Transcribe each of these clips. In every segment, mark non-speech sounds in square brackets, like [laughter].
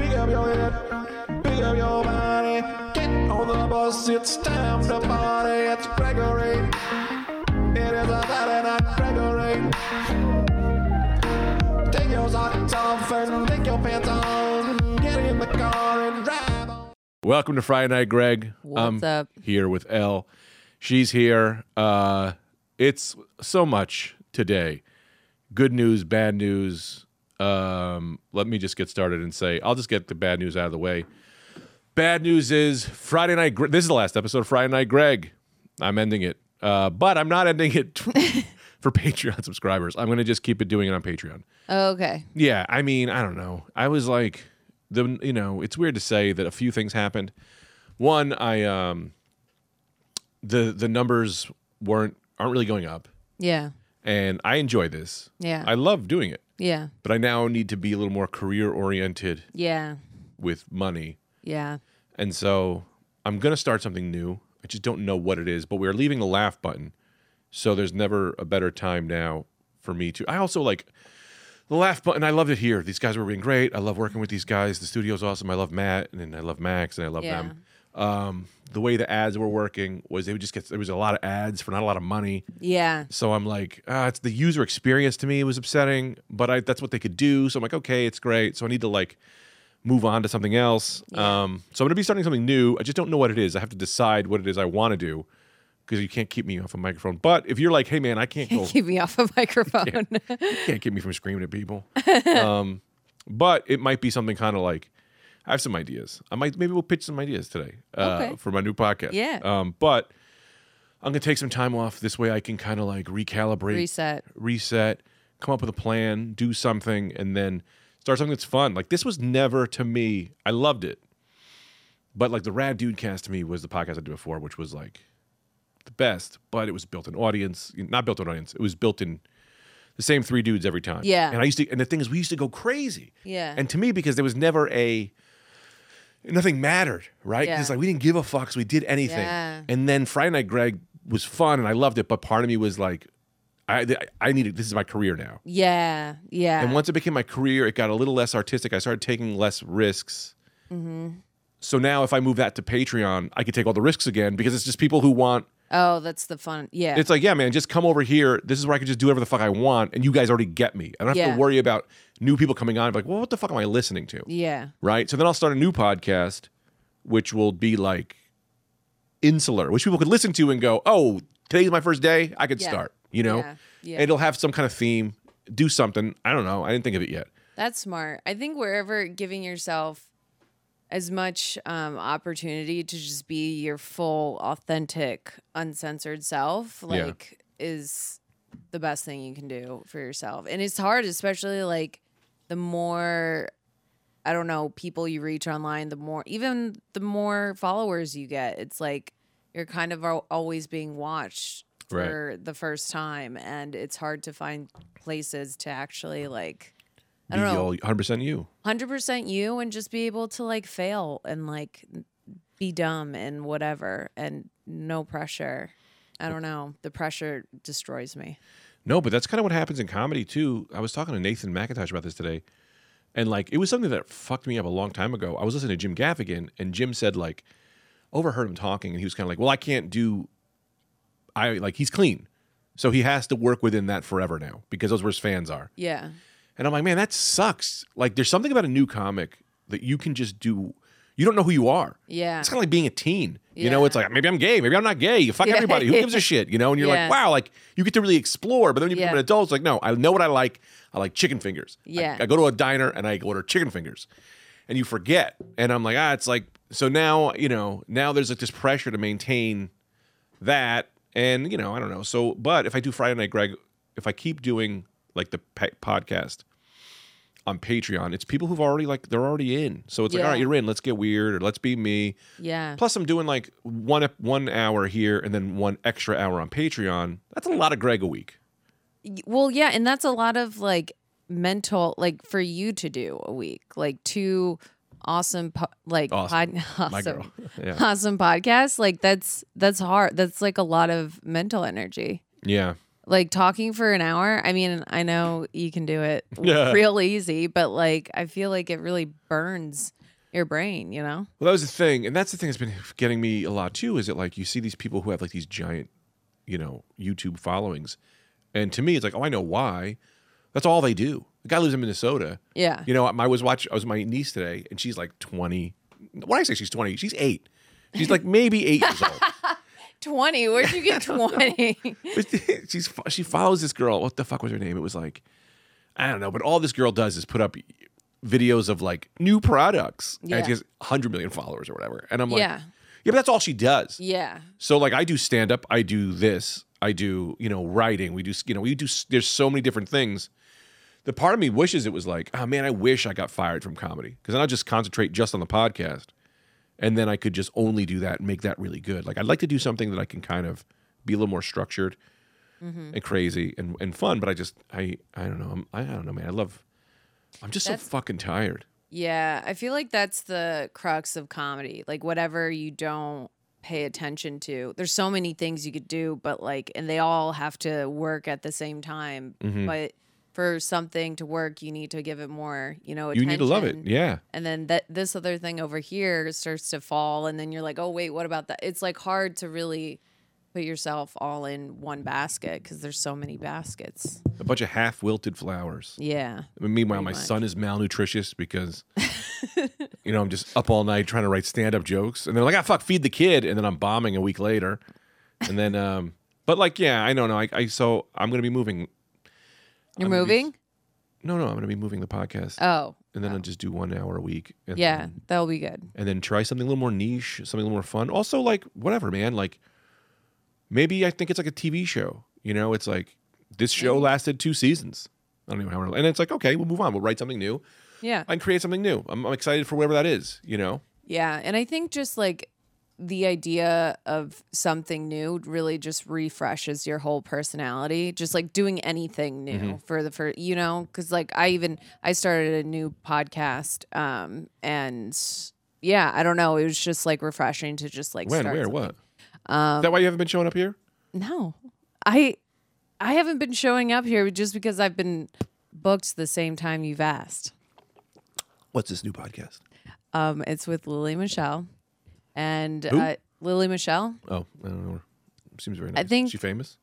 up your head, pick up your body. Get on the bus, it's time to party. It's Gregory. It is a Saturday night, Gregory. Take your socks off and take your pants on. Get in the car and drive on. Welcome to Friday Night Greg. What's up? Here with Elle. She's here. Uh, it's so much today. Good news, bad news. Um, let me just get started and say I'll just get the bad news out of the way. Bad news is Friday Night. Gre- This is the last episode of Friday Night Greg. I'm ending it, uh, but I'm not ending it [laughs] for Patreon subscribers. I'm going to just keep it doing it on Patreon. Oh, Okay. Yeah, I mean, I don't know. I was like, the you know, it's weird to say that a few things happened. One, I um, the the numbers weren't aren't really going up, Yeah. and I enjoy this. Yeah. I love doing it, Yeah. but I now need to be a little more career oriented Yeah. with money, Yeah. and so I'm gonna start something new. I just don't know what it is, but we're leaving the laugh button, so there's never a better time now for me to. I also like the laugh button. I loved it here. These guys were being great. I love working with these guys. The studio's awesome. I love Matt and I love Max and I love Yeah. them. Um, the way the ads were working was they would just get there was a lot of ads for not a lot of money. Yeah. [laughs] So I'm like, ah, it's the user experience to me was upsetting, but I that's what they could do. So I'm like, okay, it's great. So I need to like move on to something else. Um, so I'm gonna be starting something new. I just don't know what it is. I have to decide what it is I want to do because you can't keep me off a microphone. But if you're like, hey man, I can't [laughs] go Keep me off a [laughs] microphone. can't keep me from screaming at [laughs] people. um, but it might be something kind of like I have some ideas. I might maybe we'll pitch some ideas today uh, Okay. for my new podcast. Yeah. Um, but I'm gonna take some time off. This way, I can kind of like recalibrate, [laughs] Reset. reset, come up with a plan, do something, and then start something that's fun. Like this was never to me. I loved it, but like the Rad Dude Cast to me was the podcast I did before, which was like the best. But it was built in audience, not built in audience. It was built in the same three dudes every time. Yeah. And I used to, and the thing is, we used to go crazy. Yeah. And to me, because there was never a nothing mattered, right? 'Cause Yeah. It's like we didn't give a fuck, so we did anything. Yeah. And then Friday Night Greg was fun, and I loved it. But part of me was like, I I- I needed this is my career now. yeah. Yeah. And once it became my career, it got a little less artistic. I started taking less risks. Mm-hmm. So now, if I move that to Patreon, I could take all the risks again because it's just people who want. oh, that's the fun. Yeah. It's like, yeah, man, just come over here. This is where I can just do whatever the fuck I want, and you guys already get me. I don't have Yeah. to worry about new people coming on. Like, well, what the fuck am I listening to? yeah. right? So then I'll start a new podcast, which will be like insular, which people could listen to and go, "Oh, today's my first day. I could Yeah. start," you know. Yeah. Yeah. It'll have some kind of theme. Do something. I don't know. I didn't think of it yet. That's smart. I think wherever giving yourself as much um, opportunity to just be your full, authentic, uncensored self, Yeah. like, is the best thing you can do for yourself. And it's hard, especially like the more, I don't know, people you reach online, the more, even the more followers you get, it's like you're kind of al- always being watched Right. for the first time. And it's hard to find places to actually like, I Be don't know, all 100% you. hundred percent you and just be able to like fail and like be dumb and whatever and no pressure. I don't know. The pressure destroys me. No, but that's kind of what happens in comedy too. I was talking to Nathan McIntosh about this today, and like it was something that fucked me up a long time ago. I was listening to Jim Gaffigan, and Jim said like, overheard him talking, and he was kind of like, "Well, I can't do, I like he's clean, so he has to work within that forever now because those were his fans are." Yeah. And I'm like, man, that sucks. Like, there's something about a new comic that you can just do. You don't know who you are. Yeah. It's kind of like being a teen. You know, Yeah. it's like maybe I'm gay, maybe I'm not gay. You fuck [laughs] Yeah. everybody. Who gives a shit? You know, and you're Yeah. like, wow, like you get to really explore. But then when you Yeah. become an adult, it's like, no, I know what I like. I like chicken fingers. I- Yeah. I, go to a diner and I order chicken fingers, and you forget. And I'm like, ah, it's like so now. You know, now there's like this pressure to maintain that and you know i don't know so but if i do friday night greg if i keep doing like the pa- podcast on patreon it's people who've already like they're already in so it's like all right Yeah. you're in let's get weird or let's be me Yeah. plus i'm doing like one one hour here and then one extra hour on patreon that's a lot of greg a week Y- Well, yeah, and that's a lot of like mental like for you to do a week. Like two awesome po- like Awesome. pod- my [laughs] awesome, girl [laughs] yeah awesome podcasts. Like that's that's hard. That's like a lot of mental energy. yeah like talking for an hour. I mean, I know you can do it [laughs] Yeah. real easy, but like I feel like it really burns your brain, you know? Well, that was the thing, and that's the thing that's been getting me a lot too. Is that like you see these people who have like these giant, you know, YouTube followings, and to me, it's like, oh, I know why. That's all they do. The guy lives in Minnesota. Yeah. You know, I was watch. I was with my niece today, and she's like twenty. When I say she's twenty, she's eight. She's like maybe eight years old. 20. Where'd [laughs] you get 20? But she's fo- she [laughs] follows this girl. What the fuck was her name? It was like I don't know, but all this girl does is put up videos of like new products. Yeah. And she has 100 million followers or whatever. And I'm like, Yeah. yeah, but that's all she does. [laughs] yeah. So like I do stand up, I do this, I do, you know, writing, we do, you know, we do s- there's so many different things. The part of me wishes it was like, oh man, I wish I got fired from comedy cuz then I'll just concentrate just on the podcast and then I could just only do that and make that really good. Like I'd like to do something that I can kind of be a little more structured Mm-hmm. and crazy and, and fun, but I just I I don't know. I'm, I don't know, man. I love I'm just so That's- fucking tired. Yeah. I feel like that's the crux of comedy. Like, whatever you don't pay attention to, there's so many things you could do, but like, and they all have to work at the same time. Mm-hmm. But for something to work, you need to give it more, you know, You attention. need to love it. Yeah. and then that this other thing over here starts to fall and then you're like oh wait what about that it's like hard to really put yourself all in one basket because there's so many baskets A bunch of half wilted flowers. yeah I mean, Meanwhile, my much. son is malnutritious [laughs] because, you know, I'm just up all night trying to write stand up jokes. And they're like, ah, fuck, feed the kid. And then I'm bombing a week later. And then, um, but like, yeah, I don't know. I, I so I'm going to be moving. you're I'm gonna be- moving No, no, I'm going to be moving the podcast. oh and then I'll just do one hour a week. And yeah then- that'll be good and then try something a little more niche, something a little more fun. Also, like, whatever, man. Like, maybe I think it's like a TV show. You know, it's like this show lasted two seasons. I don't even know how long. And it's like, okay, we'll move on. We'll write something new. yeah and create something new. I'm, I'm excited for whatever that is, you know? yeah and i think just like the idea of something new really just refreshes your whole personality just like doing anything new Mm-hmm. for the first you know because like i even i started a new podcast um and yeah i don't know it was just like refreshing to just like When, start where, something. what? Um, is that why you haven't been showing up here? no i i haven't been showing up here just because i've been booked the same time you've asked What's this new podcast? um it's with lily michelle and Who? uh lily michelle Oh, I don't know. Seems very nice. think- Is she famous?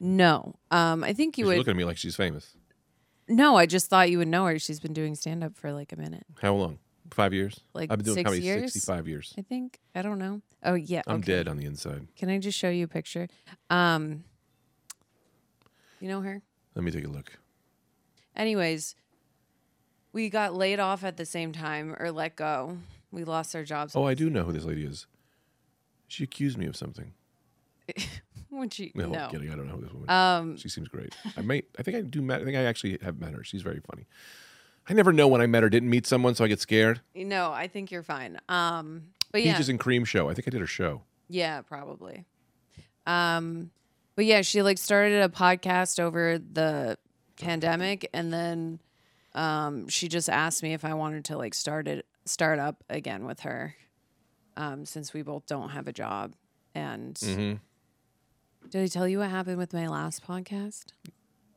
No. Um, I think you She's would. looking at me like she's famous. No, I just thought you would know her. She's been doing stand up for like a minute. How long? Five years? Like I've been doing six comedy years? 65 years. I think. I don't know. Oh, yeah. I'm okay. dead on the inside. Can I just show you a picture? Um, you know her? Let me take a look. Anyways, we got laid off at the same time or let go. We lost our jobs. Oh, I do know who this lady is. She accused me of something. Would she? No, No. I'm kidding. I don't know who this woman. Um, she seems great. I might. I think I do. Met, I think I actually have met her. She's very funny. I never know when I met or didn't meet someone, so I get scared. No, I think you're fine. Um, but yeah. Peaches and Cream show. I think I did her show. Yeah, probably. Um, but yeah, she like started a podcast over the pandemic, and then um, she just asked me if I wanted to like start it start up again with her, um, since we both don't have a job. And did I tell you what happened with my last podcast?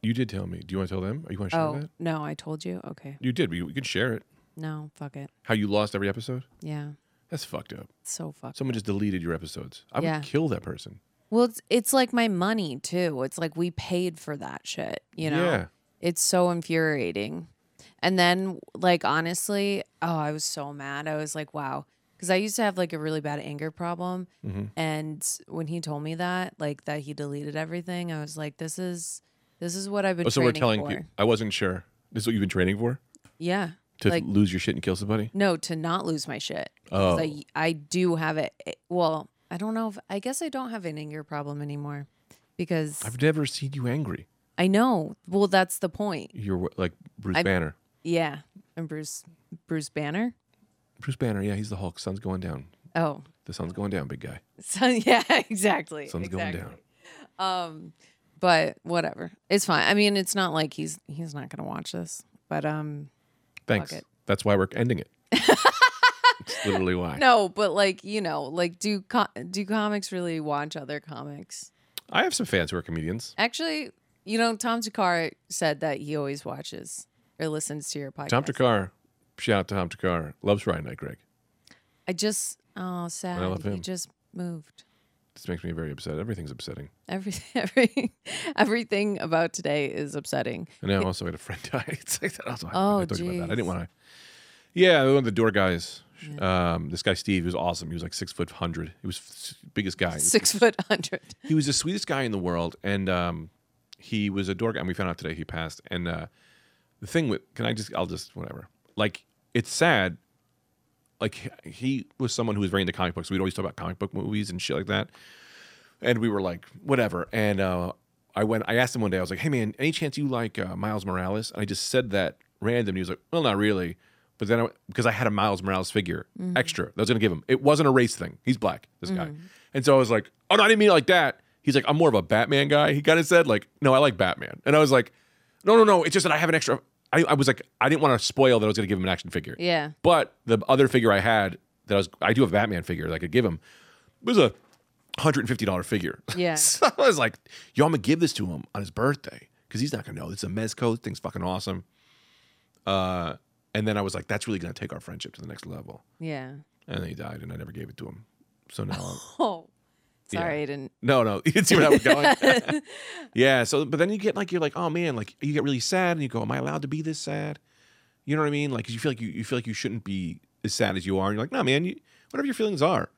You did tell me. Do you want to tell them? Or you want to share Oh that? no, I told you. Okay, You did. but You, we could share it. no, fuck it. How you lost every episode? Yeah, That's fucked up. so fuck. Someone just deleted your episodes. I Yeah. would kill that person. Well, it's it's like my money too. It's like we paid for that shit, you know. Yeah. It's so infuriating. And then like honestly, oh, I was so mad. I was like, wow, cuz I used to have like a really bad anger problem. Mm-hmm. And when he told me that, like that he deleted everything, I was like, this is this is what I've been Oh, so we're training telling for. people. I wasn't sure. This is what you've been training for? Yeah. To like lose your shit and kill somebody? no, to not lose my shit. 'Cause Oh. I, I do have it. Well, I don't know if I guess I don't have an anger problem anymore because I've never seen you angry. I know. Well, that's the point. You're wh- like Bruce Banner. Yeah. And Bruce Bruce Banner. Bruce Banner, yeah, he's the Hulk. Sun's going down. Oh. [laughs] The sun's going down, big guy. So yeah, exactly. Sun's exactly. going down. But whatever. It's fine. I mean, it's not like he's he's not gonna watch this. But um Thanks. it. That's why we're ending [laughs] it. It's literally why. no, but like, you know, like do co- do comics really watch other comics? I have some fans who are comedians. Actually, you know, Tom Takar said that he always watches or listens to your podcast. Tom Takar, shout out to Tom Takar, loves Ryan Knight Greg. I just oh sad. I love He him. just moved. This makes me very upset. Everything's upsetting. Every [laughs] every everything about today is upsetting. And now also had a friend [laughs] die. It's like that. Also, Oh, I talking about that. I jeez. didn't want to. Yeah, one of the door guys. Um, this guy Steve, he was awesome. He was like six foot hundred. He was f- biggest guy. Six foot [laughs] hundred. he was the sweetest guy in the world, and um, he was a door guy. And we found out today he passed. And uh, the thing with can I just I'll just whatever. Like it's sad. Like he was someone who was very into comic books. We'd always talk about comic book movies and shit like that. And we were like whatever. And uh, I went. I asked him one day. I was like, Hey man, any chance you like uh, Miles Morales? And I just said that random. And he was like, Well, not really. But then, I, because I had a Miles Morales figure extra that I was going to give him, it wasn't a race thing. He's black, this guy. And so I was like, oh, no, I didn't mean it like that. He's like, I'm more of a Batman guy. He kind of said, like, no, I like Batman. And I was like, no, no, no. It's just that I have an extra. I, I was like, I didn't want to spoil that I was going to give him an action figure. Yeah. But the other figure I had that I was, I do have a Batman figure that I could give him was a $150 figure. [laughs] Yeah. so I was like, yo, I'm going to give this to him on his birthday because he's not going to know. It's a Mezco. This thing's fucking awesome. Uh, and then I was like, that's really going to take our friendship to the next level. Yeah. And then he died and I never gave it to him. So now I'm. Oh. Sorry, I didn't. No, no, [laughs] you didn't see where that was [laughs] going. yeah. So, but then you get like you're like, oh man, like you get really sad, and you go, am I allowed to be this sad? You know what I mean? Like 'cause you feel like you, you feel like you shouldn't be as sad as you are. And you're like, no, man, you, whatever your feelings are.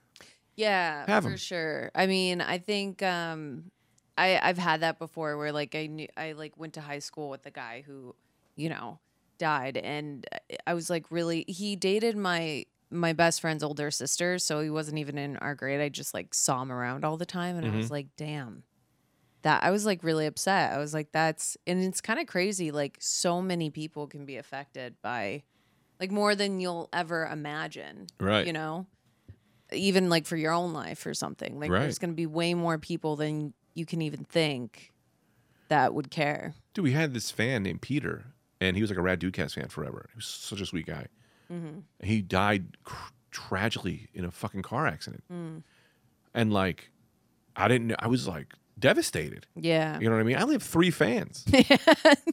Yeah, Have for 'em. sure. I mean, I think um, I I've had that before where like I knew I like went to high school with the guy who, you know, died, and uh, I was like really he dated my my best friend's older sister, so he wasn't even in our grade. I just like saw him around all the time, and I was like, damn. That I was like really upset. I was like, that's and it's kind of crazy. Like so many people can be affected by, like more than you'll ever imagine. Right. You know even like for your own life or something. Like there's Right. going to be way more people than you can even think that would care. Dude, we had this fan named Peter, and he was like a Rad Dudecast fan forever. He was such a sweet guy. Mm-hmm. He died cr- tragically in a fucking car accident, Mm. and like, I didn't. know I was like devastated. Yeah. You know what I mean? I only have three [laughs] fans.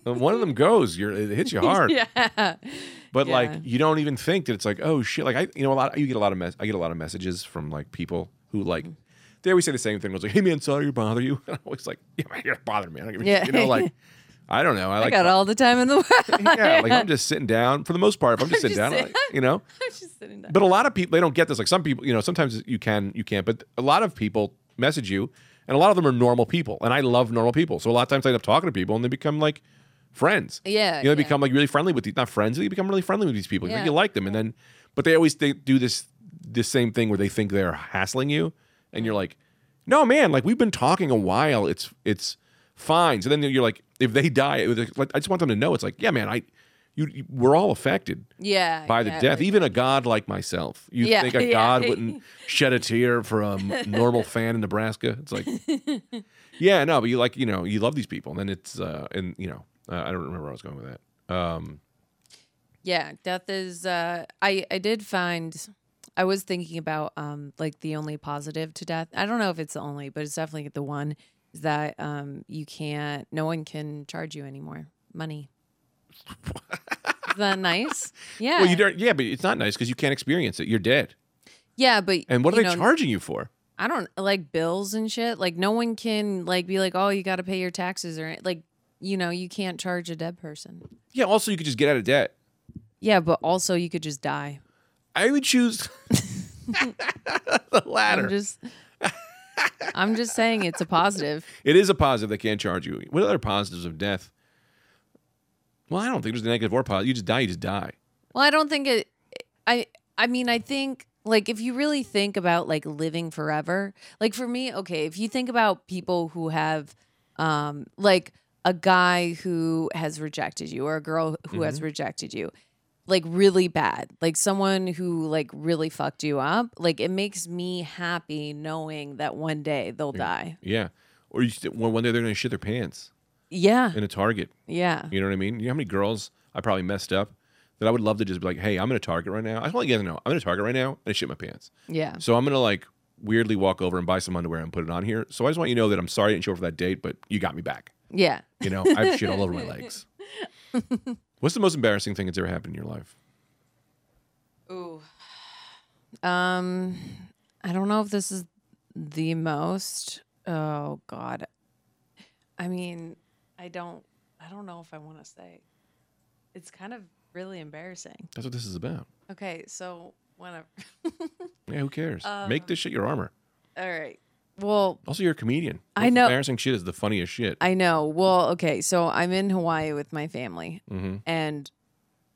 And one of them goes, you're, it hits you hard. Yeah. But like, Yeah. you don't even think that it's like, oh shit. Like I, you know, a lot. You get a lot of mess. I get a lot of messages from like people who like. Mm-hmm. They always say the same thing. It's like, hey man, sorry to bother you. [laughs] And I'm always like, yeah, man, you're bothering me. I don't give a Yeah. shit. You know, [laughs] like, I don't know. I I like, got all the time in the [laughs] world. [laughs] yeah, like I'm just sitting down for the most part. If [laughs] I'm just sitting just down, sit- like, you know. I'm just sitting down. But a lot of people they don't get this. Like some people, you know, sometimes you can, you can't. But a lot of people message you, and a lot of them are normal people, and I love normal people. So a lot of times I end up talking to people, and they become like friends. Yeah, you know, they yeah. become like really friendly with these not friends. They become really friendly with these people. You think Yeah. You like them, and then, but they always they do this this same thing where they think they're hassling you, and you're like, no man, like we've been talking a while. It's it's fine. So then you're like, if they die, it was like, I just want them to know. It's like, yeah, man, I. You, you, we're all affected yeah. by the exactly. death. Even a god like myself, you Yeah, think a [laughs] yeah. god wouldn't shed a tear for a m- [laughs] normal fan in Nebraska? It's like, yeah, no, but you like, you know, you love these people, and then it's, uh, and you know, uh, I don't remember where I was going with that. Um, Yeah, death is uh I I did find I was thinking about um like the only positive to death. I don't know if it's the only, but it's definitely the one is that um you can't no one can charge you anymore money. is that nice? [laughs] Yeah. well, you don't, yeah, but it's not nice because you can't experience it. You're dead, yeah, but and what are you they know, charging you for? I don't like bills and shit. Like no one can like be like, "Oh, you got to pay your taxes" or like you know, you can't charge a dead person. Yeah, also you could just get out of debt. Yeah, but also you could just die. I would [laughs] choose [laughs] the I'm latter. just I'm just saying it's a positive. It is a positive they can't charge you. What other positives of death? Well, I don't think there's a negative or positive. You just die. You just die. Well, I don't think it. I I mean, I think like if you really think about like living forever, like for me, okay, if you think about people who have, um, like a guy who has rejected you or a girl who has Mm-hmm. rejected you, like really bad, like someone who like really fucked you up, like it makes me happy knowing that one day they'll die. Yeah. Or you st- one one day they're going to shit their pants Yeah, in a Target. yeah, You know what I mean? You know how many girls I probably messed up that I would love to just be like, hey, I'm in a Target right now. I just want you guys to know I'm in a Target right now and I shit my pants. yeah, So I'm going to like weirdly walk over and buy some underwear and put it on here. So I just want you to know that I'm sorry I didn't show up for that date, but you got me back. Yeah. You know, I have shit all over my [laughs] legs. What's the most embarrassing thing that's ever happened in your life? Ooh. Um, I don't know if this is the most. Oh God. I mean, I don't. I don't know if I want to say. It's kind of really embarrassing. That's what this is about. Okay, so whenever. Yeah, who cares? Um, Make this shit your armor. [laughs] All right. Well, Also, you're a comedian. I What's know- Embarrassing shit is the funniest shit. I know. Well, okay. So I'm in Hawaii with my family. Mm-hmm. And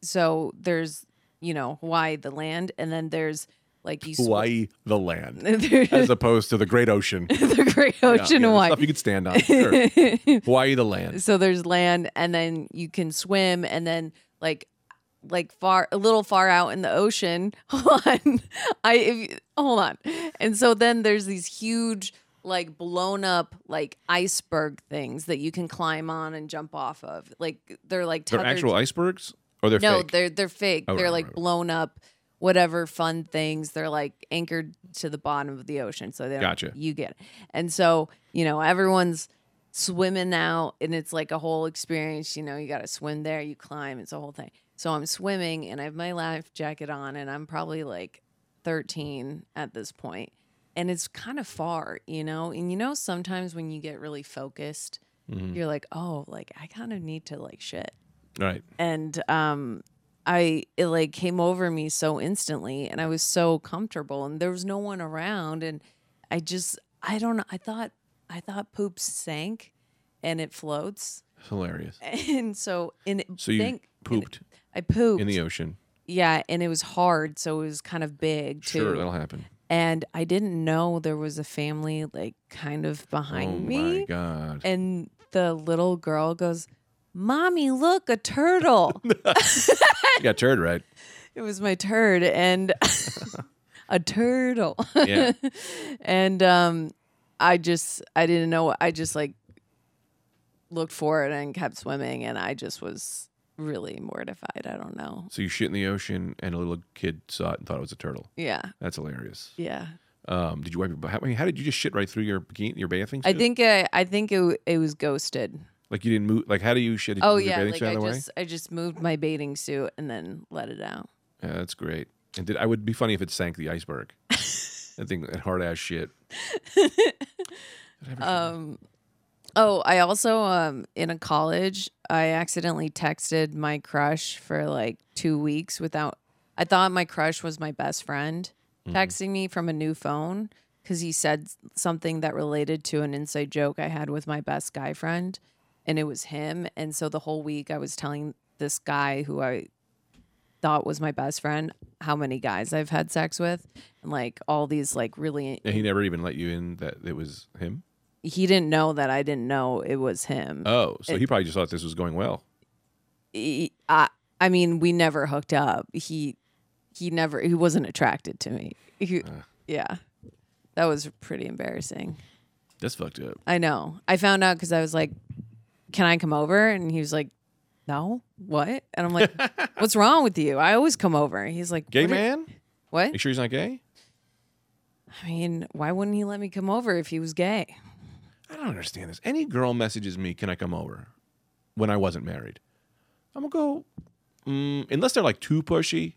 so there's, you know, Hawaii, the land. And then there's like you. sw- Hawaii, the land, [laughs] there's as opposed to the great ocean. [laughs] the great Yeah, ocean yeah, there's Hawaii. Stuff you could stand on. [laughs] Sure. Hawaii, the land. so there's land and then you can swim and then like like far a little far out in the ocean [laughs] hold on i if you, hold on and so then there's these huge like blown up like iceberg things that you can climb on and jump off of like they're like They're tethered- actual icebergs, or they're no fake. they're they're fake Oh, they're right, like right, right. blown up whatever fun things they're like anchored to the bottom of the ocean so they don't, Gotcha. you get it. and so you know everyone's swimming out and it's like a whole experience you know you got to swim there you climb it's a whole thing so i'm swimming and i have my life jacket on and i'm probably like 13 at this point and it's kind of far you know and you know sometimes when you get really focused Mm-hmm. you're like oh like i kind of need to like shit right. and um i it like came over me so instantly and i was so comfortable and there was no one around and i just i don't know i thought i thought poop sank and it floats [laughs] It's hilarious. and so and it So you sank- and pooped i pooped in the ocean. yeah and it was hard so it was kind of big too Sure, that'll happen. and i didn't know there was a family like kind of behind Oh me my god. and the little girl goes mommy look a turtle You got turd right. It was my turd and [laughs] a turtle. [laughs] Yeah. and um I just I didn't know I just like looked for it and kept swimming and I just was really mortified. I don't know. So you shit in the ocean, and a little kid saw it and thought it was a turtle. Yeah. That's hilarious. Yeah. Um, did you wipe your? How, I mean, how did you just shit right through your bikini, your bathing? I suit? think I, I think it w- it was ghosted. Like you didn't move. Like how do you shit? Did you Oh move your yeah, bathing like suit out I of the way? just I just moved my bathing suit and then let it out. Yeah, that's great. And did I would be funny if it sank the [laughs] iceberg. I think that hard ass shit. Oh, I also um in a college, I accidentally texted my crush for like 2 weeks without I thought my crush was my best friend texting me from a new phone cuz he said s- something that related to an inside joke I had with my best guy friend and it was him and so the whole week I was telling this guy who I thought was my best friend how many guys I've had sex with and like all these like really And he never even let you in that it was him. he didn't know that I didn't know it was him. Oh, so he probably just thought this was going well. he- I I mean, we never hooked up. He he never he wasn't attracted to me. He- Uh. yeah. That was pretty embarrassing. That's fucked up. I know. I found out cuz I was like, "Can I come over?" and he was like, "No." What? And I'm [laughs] like, "What's wrong with you? I always come over." And he's like, Gay "What are- man? What? Make sure he's not gay. I mean, why wouldn't he let me come over if he was gay? I don't understand this. Any girl messages me, "Can I come over?" When I wasn't married, I'm gonna go. Mm, unless they're like too pushy,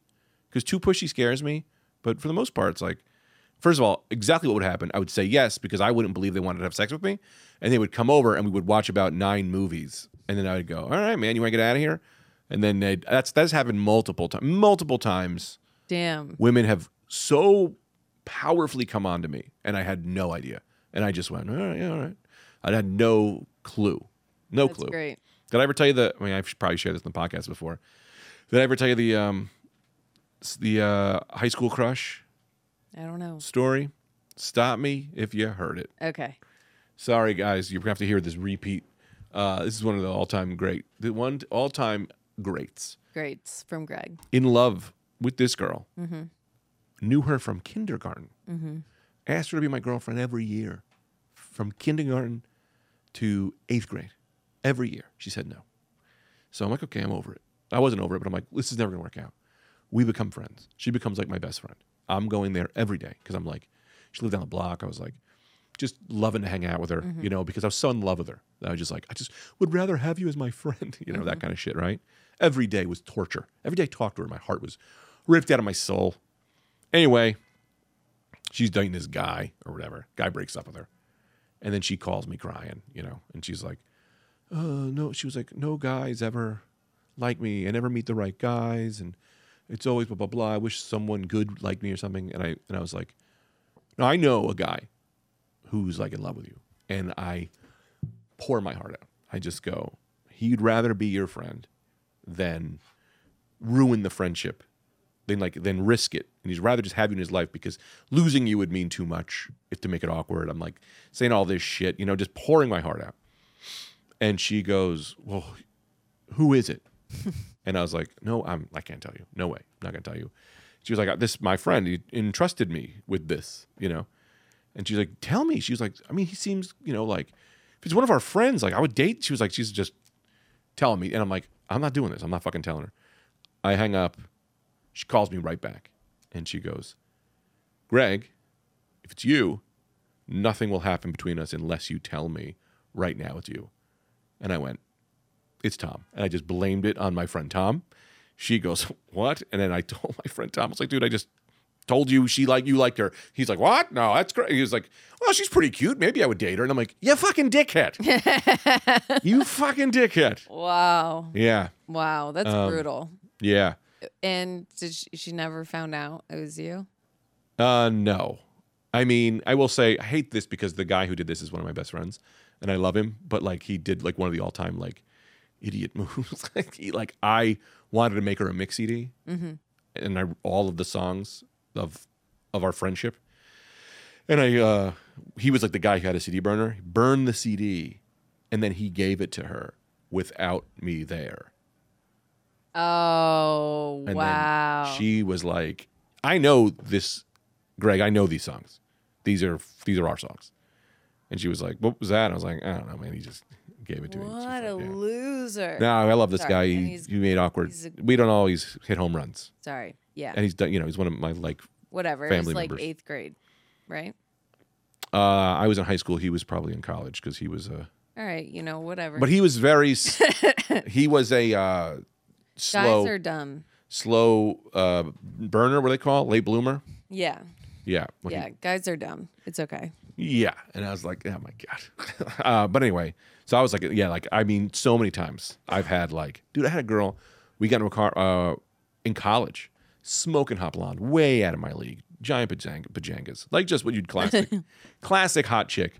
because too pushy scares me. But for the most part, it's like, first of all, exactly what would happen. I would say yes because I wouldn't believe they wanted to have sex with me, and they would come over and we would watch about nine movies, and then I would go, "All right, man, you want to get out of here?" And then they that's that's happened multiple times. Multiple times, Damn. women have so powerfully come on to me, and I had no idea. And I just went, all right, yeah, all right. I had no clue, no That's clue. great. Did I ever tell you the? I mean, I've probably shared this in the podcast before. Did I ever tell you the um, s- the uh, high school crush I don't know. story? Stop me if you heard it. Okay. Sorry, guys, you're gonna have to hear this repeat. Uh, this is one of the all-time great, the one all-time greats. Great. It's from Greg. in love with this girl, knew her from kindergarten, asked her to be my girlfriend every year, from kindergarten to eighth grade, every year. She said no. So I'm like, okay, I'm over it. I wasn't over it, but I'm like, this is never gonna work out. We become friends. She becomes like my best friend. I'm going there every day because I'm like, She lived down the block. I was like, just loving to hang out with her, you know, because I was so in love with her. I was just like, I just would rather have you as my [laughs] friend, you know, that kind of shit, right? Every day was torture. Every day I talked to her, my heart was ripped out of my soul. Anyway, she's dating this guy or whatever. Guy breaks up with her. And then she calls me crying, you know, and she's like, uh, no, she was like, no guys ever like me. I never meet the right guys. And it's always blah, blah, blah. I wish someone good liked me or something. And I, and I was like, no, I know a guy who's like in love with you. And I pour my heart out. I just go, he'd rather be your friend than ruin the friendship, than like then risk it. And he's rather just have you in his life because losing you would mean too much if to make it awkward. I'm like saying all this shit, you know, just pouring my heart out. And she goes, Well, who is it? and I was like, No, I'm I can't tell you. No way. I'm not gonna tell you. She was like, "Uh, This my friend, he entrusted me with this, you know. And she's like, tell me. She was like, I mean, he seems, you know, like if he's one of our friends, like I would date. She was like, she's just telling me. And I'm like, I'm not doing this. I'm not fucking telling her. I hang up. She calls me right back. And she goes, Greg, if it's you, nothing will happen between us unless you tell me right now it's you. And I went, it's Tom. And I just blamed it on my friend Tom. She goes, what? And then I [laughs] told my friend Tom, I was like, dude, I just told you she like you liked her. He's like, what? No, that's great. He was like, well, she's pretty cute. Maybe I would date her. And I'm like, you fucking dickhead. you fucking dickhead. Wow. Yeah, Wow. That's Um, brutal. yeah. And did she, she never found out it was you? Uh, no. I mean, I will say I hate this because the guy who did this is one of my best friends, and I love him. But like, he did like one of the all-time like idiot [laughs] moves. like, he, like I wanted to make her a mix CD, and I all of the songs of of our friendship. And I, uh, he was like the guy who had a CD burner. He burned the CD, and then he gave it to her without me there. Oh, And wow. then she was like, I know this, Greg, I know these songs. These are these are our songs. And she was like, What was that? I was like, I don't know, man. He just gave it to me. It's just what a like, yeah. loser. No, I love this Sorry, guy. and He, he's- he made awkward. he's a- we don't always hit home runs, Sorry. Yeah. and he's done. You know, he's one of my like. Whatever. It family was like members. eighth grade, right? Uh, I was in high school. He was probably in college because he was a. All right. You know, whatever. But he was very. [laughs] s- he was a uh, Guys slow, are dumb. slow uh, burner. What do they call it? late bloomer? Yeah. Yeah. Well, he- Yeah. Guys are dumb. It's okay. Yeah. And I was like, oh my God. [laughs] uh, but anyway, so I was like, yeah, like, I mean, so many times I've had like, dude, I had a girl, we got into a car uh, in college, smoking hot blonde, way out of my league, giant pajang- pajangas, like just what you'd classic, classic hot chick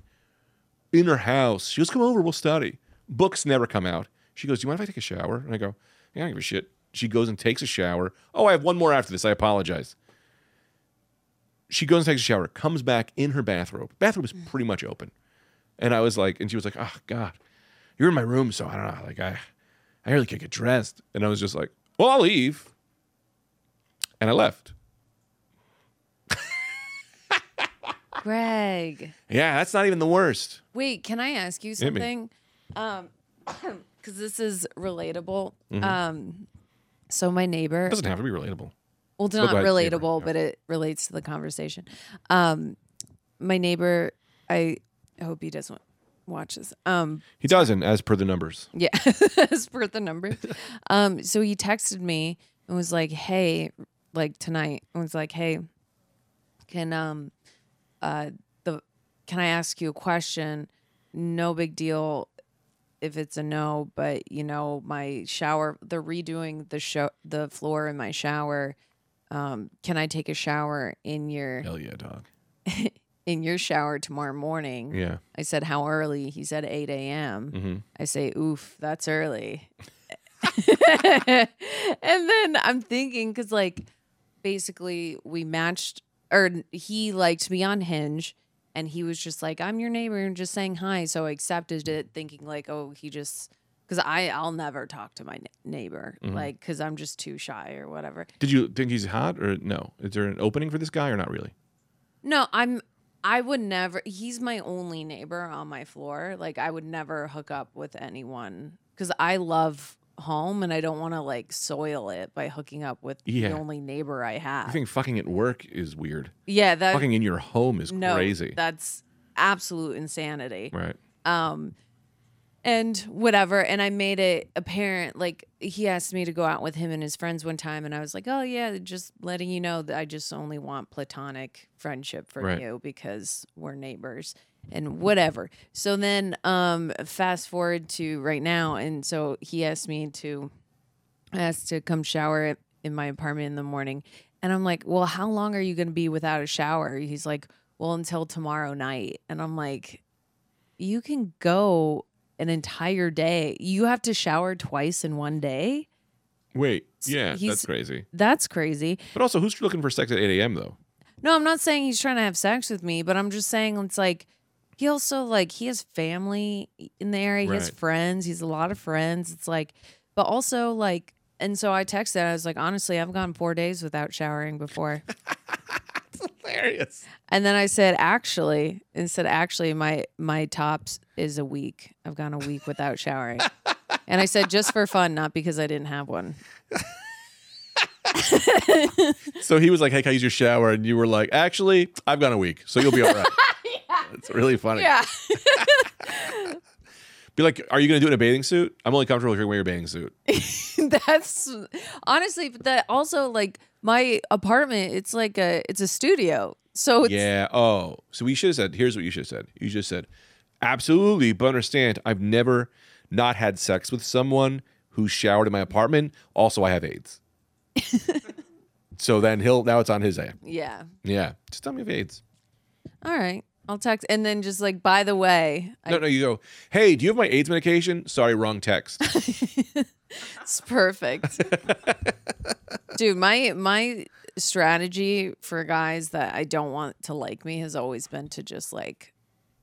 in her house. She goes, come over, we'll study. Books never come out. She goes, do you mind if I take a shower? And I go, yeah, I don't give a shit. She goes and takes a shower. Oh, I have one more after this. I apologize she goes and takes a shower, comes back in her bathrobe. Bathroom is pretty much open. And I was like, and she was like, oh God, you're in my room, so I don't know. Like I I really can't get dressed. And I was just like, well, I'll leave. And I left. Greg. Yeah, that's not even the worst. Wait, can I ask you me. something? Um, [coughs] because this is relatable. Mm-hmm. Um, so my neighbor, It doesn't have to be relatable. well, it's go not ahead, neighbor, relatable, yeah. but it relates to the conversation. Um, my neighbor, I hope he doesn't watch this. Um, He doesn't, as per the numbers. yeah, [laughs] as per the number. Um, so he texted me and was like, "Hey, like tonight." And was like, "Hey, can um, uh, the can I ask you a question? No big deal if it's a no, but you know, my shower, they're redoing the show, the floor in my shower. Um, can I take a shower in your Hell yeah, dog. in your shower tomorrow morning?" Yeah. I said, How early? He said, 8 a.m. I say, Oof, that's early. [laughs] and then I'm thinking, because like basically we matched, or he liked me on Hinge. And he was just like, I'm your neighbor and just saying hi. So I accepted it, thinking, like, oh, he just, because I'll never talk to my ne- neighbor, like like, because I'm just too shy or whatever. Did you think he's hot or no? Is there an opening for this guy or not really? No, I'm. I would never. He's my only neighbor on my floor. Like I would never hook up with anyone because I love home and I don't want to like soil it by hooking up with Yeah. the only neighbor I have. I think fucking at work is weird. yeah, that fucking in your home is no, crazy. that's absolute insanity. right. and whatever. And I made it apparent, like he asked me to go out with him and his friends one time, and I was like, "Oh yeah, just letting you know that I just only want platonic friendship from Right. you because we're neighbors and whatever." So then, um, fast forward to right now, and so he asked me to asked to come shower at- in my apartment in the morning. And I'm like, well, how long are you going to be without a shower? He's like, well, until tomorrow night. And I'm like, you can go an entire day. You have to shower twice in one day? Wait. Yeah, that's he's- crazy. That's crazy. But also, who's looking for sex at 8 a.m. though? No, I'm not saying he's trying to have sex with me, but I'm just saying it's like he also like he has family in the area, he has Right. friends, he's a lot of friends. It's like but also like and so I texted I was like, honestly, I've gone four days without showering before. Hilarious. and then I said, actually, instead of actually my my tops is a week. I've gone a week without showering. and I said just for fun, not because I didn't have one. So he was like, "Hey, can I use your shower?" And you were like, "Actually, I've gone a week, so you'll be all [laughs] right." It's really funny. Yeah. Be like, "Are you going to do it in a bathing suit?" I'm only comfortable if you wear your bathing suit. [laughs] That's honestly, but that also like my apartment. It's like a it's a studio, so it's, yeah. Oh, so we should have said. Here's what you should have said. You should have said, "Absolutely, but understand, I've never not had sex with someone who showered in my apartment. Also, I have [laughs] AIDS." so then he'll now it's on his app. yeah. Yeah. Just tell me if you have AIDS. All right, I'll text, and then just like by [laughs] the way, I, No, no, you go, hey, do you have my AIDS medication? Sorry, wrong text. [laughs] it's perfect, dude. My my strategy for guys that I don't want to like me has always been to just like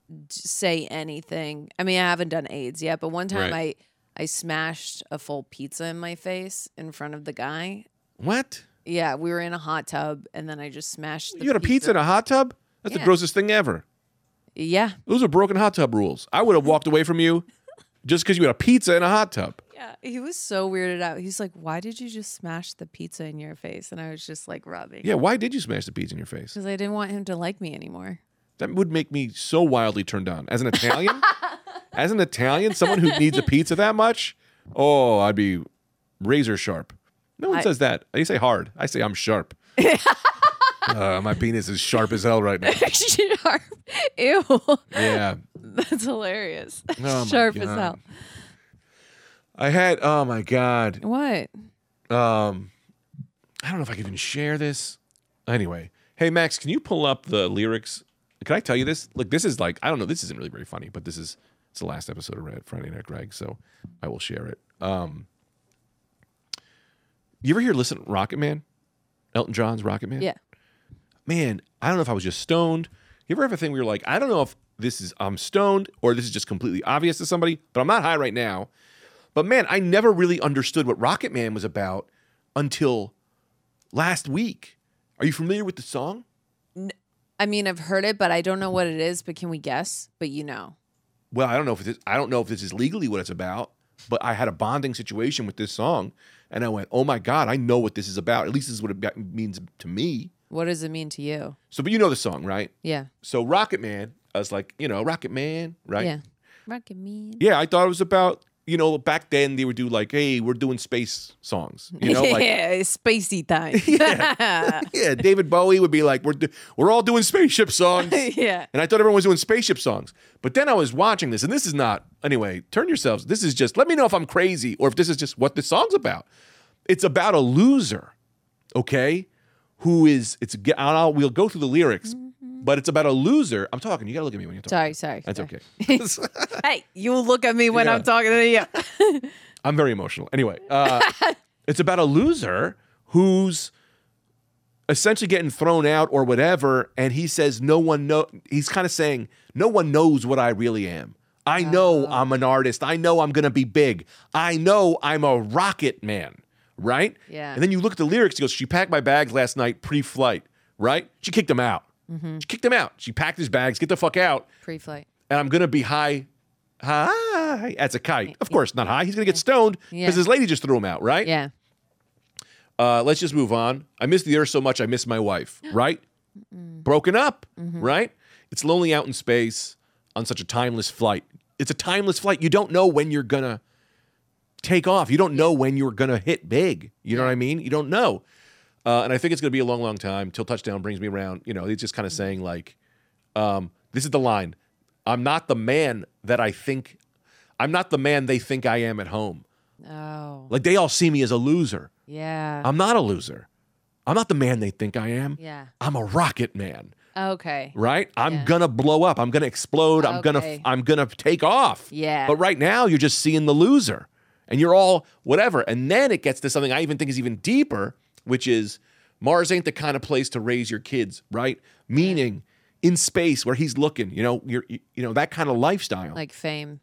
j- say anything. I mean, I haven't done AIDS yet, but one time Right. I I smashed a full pizza in my face in front of the guy, what? Yeah, we were in a hot tub, and then I just smashed. The You had a pizza in a hot tub? That's the Yeah. grossest thing ever. Yeah, Those are broken hot tub rules. I would have walked away from you just because you had a pizza in a hot tub. yeah. He was so weirded out. He's like, "Why did you just smash the pizza in your face?" And I was just like, rubbing Yeah, why did you smash the pizza in your face? because I didn't want him to like me anymore. [laughs] That would make me so wildly turned on. As an [laughs] Italian, as an Italian, someone who needs a pizza that much, oh, I'd be razor sharp. No one I- says that. They say hard. I say I'm [laughs] sharp. uh, my penis is sharp as hell right now. Sharp. Ew, [laughs] Yeah. that's hilarious. Oh my [laughs] Sharp as God. hell. I had, oh my God. What? um i don't know if i can even share this anyway hey max can you pull up the lyrics can i tell you this like this is like i don't know this isn't really very funny but this is it's the last episode of Red friday night rag so i will share it um you ever hear listen rocket man elton john's rocket man Yeah. man i don't know if i was just stoned you ever have a thing where you're like i don't know if this is i'm stoned or this is just completely obvious to somebody but i'm not high right now but man, I never really understood what Rocket Man was about until last week. Are you familiar with the song? I mean, I've heard it, but I don't know what it is. But can we guess? But you know. Well, I don't know if this, I don't know if this is legally what it's about, but I had a bonding situation with this song, and I went, "Oh my god, I know what this is about. At least this is what it got- means to me." What does it mean to you? So, but you know the song, right? Yeah. So, Rocket Man, I was like, you know, Rocket Man, right? Yeah. Rocket man. Yeah, I thought it was about you know back then they would do like, hey, we're doing space songs, you know, like [laughs] yeah, it's spacey time. [laughs] yeah, David Bowie would be like, we're do- we're all doing spaceship songs. [laughs] yeah. And I thought everyone was doing spaceship songs. But then I was watching this, and this is not, anyway, turn yourselves. This is just, let me know if I'm crazy or if this is just what the song's about. It's about a loser, okay? Who is, it's, and I'll, we'll go through the lyrics, but it's about a loser. I'm talking, you gotta look at me when you're talking. Sorry, sorry. That's sorry. okay. Hey, you look at me when Yeah. I'm talking to you. I'm very emotional. Anyway, uh, it's about a loser who's essentially getting thrown out or whatever, and he says, "No one know." He's kind of saying, "No one knows what I really am. I know I'm an artist. I know I'm gonna be big. I know I'm a rocket man, right?" Yeah. And then you look at the lyrics. He goes, "She packed my bags last night pre-flight, right? She kicked him out. She kicked him out. She packed his bags. Get the fuck out." [laughs] Pre-flight. and I'm gonna be high hi as a kite. Of course, not high. He's gonna get stoned because Yeah. his lady just threw him out, right? Yeah. Uh, let's just move on. I miss the earth so much. I miss my wife. Right? Broken up. Right? It's lonely out in space on such a timeless flight. It's a timeless flight. You don't know when you're gonna take off. You don't know when you're gonna hit big. You know what I mean? You don't know. Uh, and I think it's gonna be a long, long time till touchdown brings me around. You know, it's just kind of saying like, um, this is the line. I'm not the man that I think. I'm not the man they think I am at home. Oh. Like they all see me as a loser. Yeah. I'm not a loser. I'm not the man they think I am. yeah. I'm a rocket man, Okay. right? I'm Yeah. gonna blow up. I'm gonna explode. I'm gonna Okay. I'm gonna take off. Yeah. But right now you're just seeing the loser. And you're all whatever. And then it gets to something I even think is even deeper, which is Mars ain't the kind of place to raise your kids, right? Meaning in space where he's looking, you know, you're you you know, that kind of lifestyle. Like fame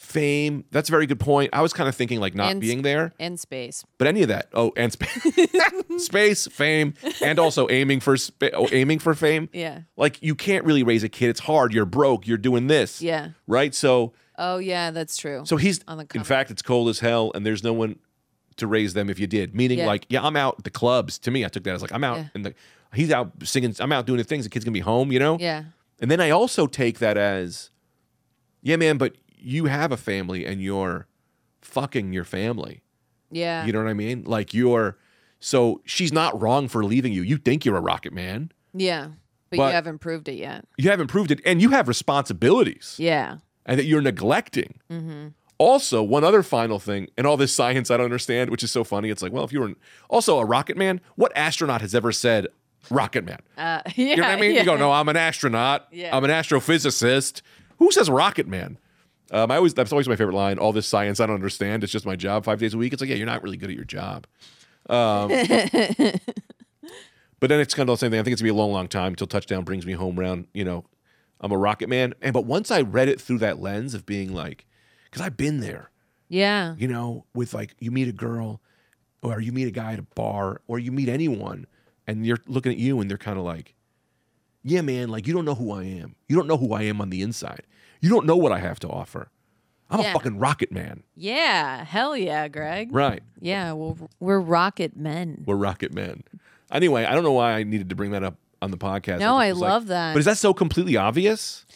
Fame. That's a very good point. I was kind of thinking like not And- being there. and space. But any of that, oh, and space, [laughs] space, fame, and also aiming for spa- oh, aiming for fame. Yeah. Like you can't really raise a kid. It's hard. You're broke. You're doing this. Yeah. Right. So Oh yeah, that's true. so he's On the in common. fact it's cold as hell, and there's no one to raise them if you did. Meaning Yeah. like yeah, I'm out at the clubs. To me, I took that as like I'm out Yeah. and the he's out singing. I'm out doing the things. The kid's gonna be home. You know. yeah. And then I also take that as yeah, man. But you have a family, and you're fucking your family. Yeah. You know what I mean? Like you're so she's not wrong for leaving you. You think you're a rocket man. yeah. But, But- you haven't proved it yet. You haven't proved it and you have responsibilities Yeah. Mm-hmm. and that you're neglecting. Also, one other final thing, and all this science I don't understand, which is so funny. It's like, well, if you were an, also a rocket man, what astronaut has ever said rocket man? Uh, [laughs] yeah. You know what I mean? Yeah. You go, no, I'm an astronaut. Yeah. I'm an astrophysicist. Who says rocket man? Um, I always that's always my favorite line. All this science I don't understand. It's just my job five days a week. It's like, yeah, you're not really good at your job. Um, but then it's kind of the same thing. I think it's gonna be a long, long time until touchdown brings me home round. You know, I'm a rocket man. And but once I read it through that lens of being like, because I've been there [laughs] Yeah. you know, with like you meet a girl or you meet a guy at a bar or you meet anyone and you're looking at you and they're kind of like, yeah, man, like you don't know who I am. You don't know who I am on the inside. You don't know what I have to offer. I'm a Yeah. fucking rocket man. Yeah. Hell yeah, Greg. Right. Yeah. Well, we're rocket men. We're rocket men. Anyway, I don't know why I needed to bring that up on the podcast. No, just I was like- love that. But is that so completely obvious?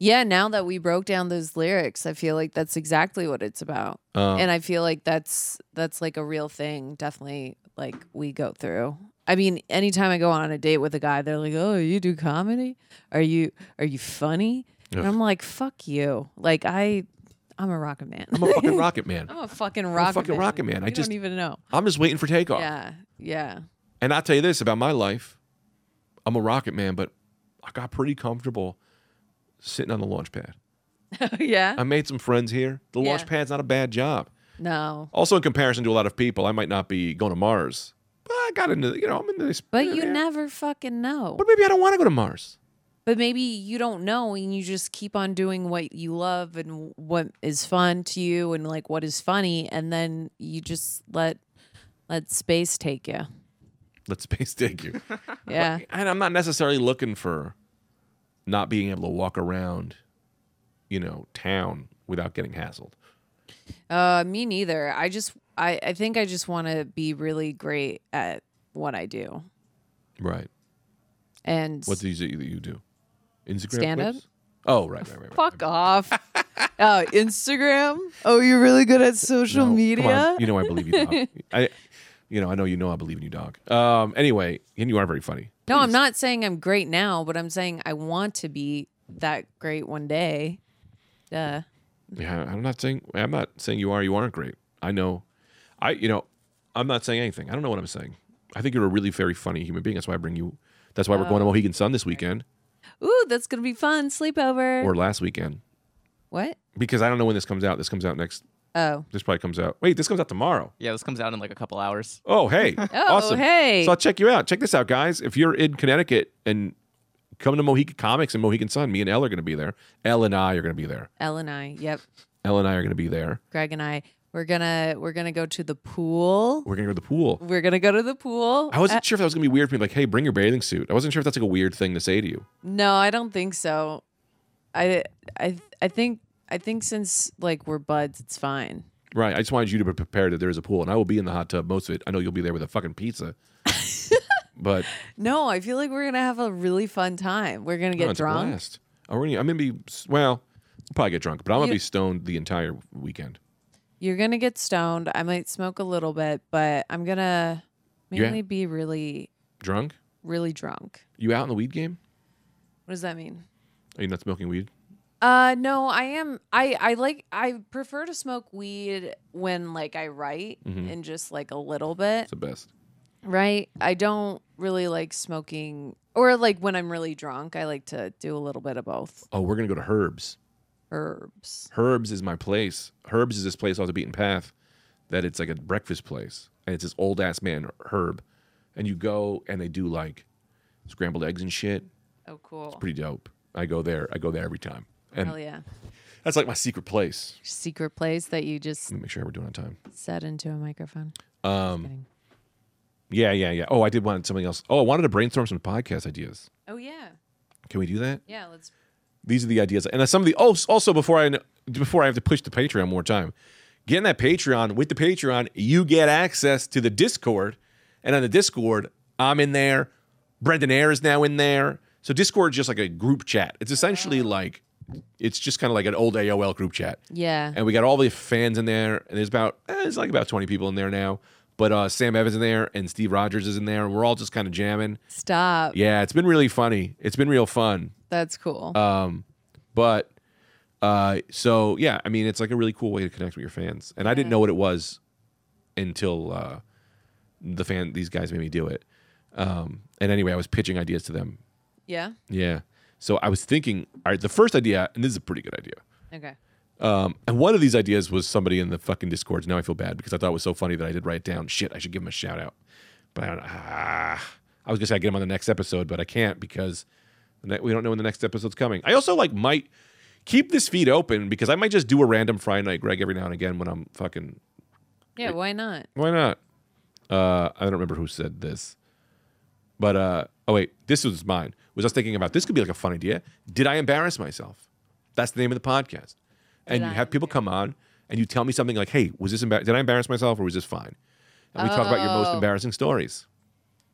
Yeah, now that we broke down those lyrics, I feel like that's exactly what it's about. Um, and I feel like that's that's like a real thing, definitely like we go through. I mean, anytime I go on a date with a guy, they're like, "Oh, you do comedy? Are you are you funny?" Ugh. And I'm like, "Fuck you." Like I I'm a rocket man. I'm a fucking rocket man. [laughs] I'm a fucking rocket fucking man. rocket man. I You just- don't even know. I'm just waiting for takeoff. Yeah. [laughs] Yeah. [laughs] And I'll tell you this about my life. I'm a rocket man, but I got pretty comfortable sitting on the launch pad. yeah. I made some friends here. The launch Yeah. pad's not a bad job. no. Also, in comparison to a lot of people, I might not be going to Mars. But I got into, you know, I'm into this. But you yeah. never fucking know. But maybe I don't want to go to Mars. But maybe you don't know and you just keep on doing what you love and what is fun to you and like what is funny and then you just let let space take you. Let's [laughs] space dig [laughs] you. Yeah. and I'm not necessarily looking for not being able to walk around, you know, town without getting hassled. Uh me neither. I just I I think I just want to be really great at what I do. Right. And What do you, that you do? Instagram Stand up? clips? Oh, right, right, right. right. [laughs] fuck off. Oh, Instagram? Oh, you're really good at social No, come on. media? You know I believe you, [laughs] dog. I, you know I know you know I believe in you, dog. Um. Anyway, and you are very funny. No, I'm not saying I'm great now, but I'm saying I want to be that great one day. Uh, Duh. Yeah, I'm not saying I'm not saying you are. You aren't great. I know. I you know I'm not saying anything. I don't know what I'm saying. I think you're a really very funny human being. That's why I bring you. That's why we're Oh. going to Mohegan Sun this weekend Ooh, that's gonna be fun. Sleepover. or last weekend what? because I don't know when this comes out. This comes out next. Oh. This probably comes out. Wait, this comes out tomorrow. Yeah, this comes out in like a couple hours. Oh, [laughs] hey. awesome. hey. So I'll check you out. Check this out, guys. If you're in Connecticut and come to Mohegan Comics and Mohegan Sun, me and Elle are going to be there. Elle and I are going to be there. Elle and I. Yep. Elle and I are going to be there. Greg and I. We're gonna we're gonna go to the pool. We're going to go to the pool. We're gonna go to the pool. I wasn't sure if that was going to be weird for me. Like, hey, bring your bathing suit. I wasn't sure if that's like a weird thing to say to you. No, I don't think so. I I I think I think since like we're buds, it's fine. Right. I just wanted you to be prepared that there is a pool, and I will be in the hot tub most of it. I know you'll be there with a fucking [laughs] pizza, but No, I feel like we're gonna have a really fun time. We're gonna get no, it's a drunk. blast. I'm gonna, I'm gonna be well. I'll probably get drunk, but I'm gonna You- be stoned the entire weekend. You're gonna get stoned. I might smoke a little bit, but I'm gonna You ha- mainly be really, Drunk? really drunk. You out in the weed game? What does that mean? Are you not smoking weed? Uh no, I am I I like I prefer to smoke weed when like I write Mm-hmm. and just like a little bit, It's the best. right? I don't really like smoking or like when I'm really drunk, I like to do a little bit of both Oh, we're gonna go to Herbs. herbs. Herbs is my place. Herbs is this place off the beaten path that it's like a breakfast place. And it's this old ass man, Herb. And you go and they do like scrambled eggs and shit. Oh cool. Pretty dope. I go there. I go there every time. And Hell yeah. that's like my secret place. Secret place that you just Let me make sure we're doing it on time. said into a microphone. Um Yeah, yeah, yeah. Oh, I did want something else. Oh, I wanted to brainstorm some podcast ideas. Oh yeah. Can we do that? Yeah, let's these are the ideas and some of the oh also before i kn- before i have to push the patreon one more time get in that patreon with the patreon you get access to the discord and on the discord i'm in there brendan air is now in there so discord is just like a group chat it's essentially like it's just kind of like an old aol group chat Yeah. and we got all the fans in there and there's about eh, it's like about 20 people in there now but uh, sam evans in there and steve rogers is in there and we're all just kind of jamming Stop. yeah it's been really funny it's been real fun That's cool. Uh, but uh, so yeah, I mean, it's like a really cool way to connect with your fans, and I didn't know what it was until uh, the fan these guys made me do it. Um, and anyway, I was pitching ideas to them. yeah. Yeah, so I was thinking, all right, the first idea, and this is a pretty good idea. Okay. Um, and one of these ideas was somebody in the fucking discords. Now I feel bad because I thought it was so funny that I did write it down. Shit, I should give him a shout out. But I don't ah, I was gonna say I get him on the next episode, but I can't because the ne- we don't know when the next episode's coming. I also like might keep this feed open because I might just do a random Friday night Greg every now and again when I'm fucking. Yeah, why not? Why not? Uh, I don't remember who said this, but uh, oh wait, this was mine. Was us thinking about this could be like a fun idea? Did I embarrass myself? That's the name of the podcast. And Did you I have people come on and you tell me something like, "Hey, was this embar- did I embarrass myself or was this fine?" And we talk about your most Oh. embarrassing stories.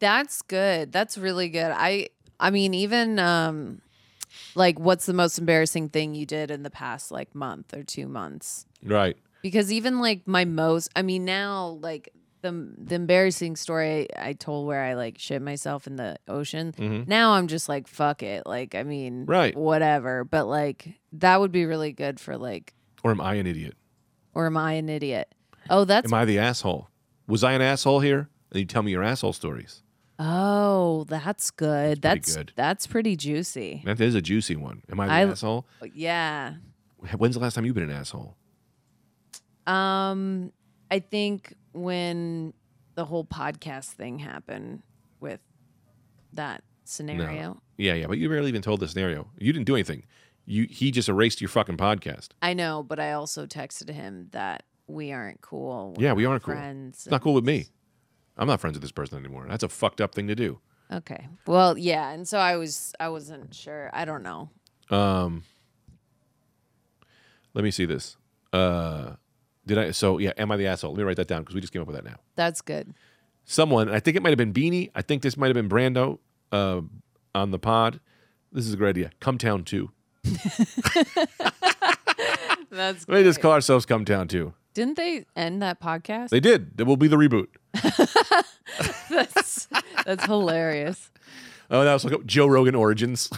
That's good. That's really good. I I mean even um like what's the most embarrassing thing you did in the past like month or 2 months? Right. Because even like my most I mean now like the the embarrassing story I told where I like shit myself in the ocean. Now I'm just like fuck it. Like I mean Mm-hmm. Right. whatever, but like that would be really good for like Or am I an idiot? or am I an idiot? Oh, that's Am I the asshole? Was I an asshole here? And you tell me your asshole stories. oh, that's good. That's pretty That's good. that's pretty juicy. That is a juicy one. Am I the I- asshole? Yeah. When's the last time you've been an asshole? Um, I think when the whole podcast thing happened with that No. scenario, Yeah, yeah, but you barely even told the scenario. You didn't do anything. You he just erased your fucking podcast. I know, but I also texted him that we aren't cool. We're Yeah, we not aren't cool. friends. It's not cool with me. I'm not friends with this person anymore. That's a fucked up thing to do. Okay. Well, yeah, and so I was, I wasn't sure. I don't know. Let me see this. Uh did I so yeah, am I the asshole? Let me write that down because we just came up with that now. That's good. Someone, and I think it might have been Beanie. I think this might have been Brando uh on the pod. This is a great idea. Come Town 2. That's Let me just call ourselves Come Town 2. Didn't they end that podcast? They did. That will be the reboot. that's, [laughs] that's hilarious. Oh, that was like Joe Rogan Origins.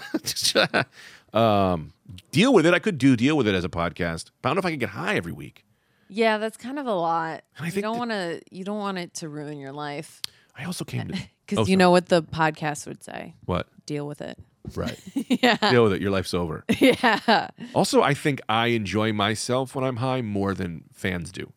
[laughs] um, deal with it. I could do deal with it as a podcast. But I don't know if I could get high every week. Yeah, that's kind of a lot. I you think don't that- want to. You don't want it to ruin your life. I also came to [laughs] Because Oh, you sorry. know what the podcast would say what? deal with it. [laughs] Right. yeah. deal with it. Your life's [laughs] over. Yeah. Also, I think I enjoy myself when I'm high more than fans do.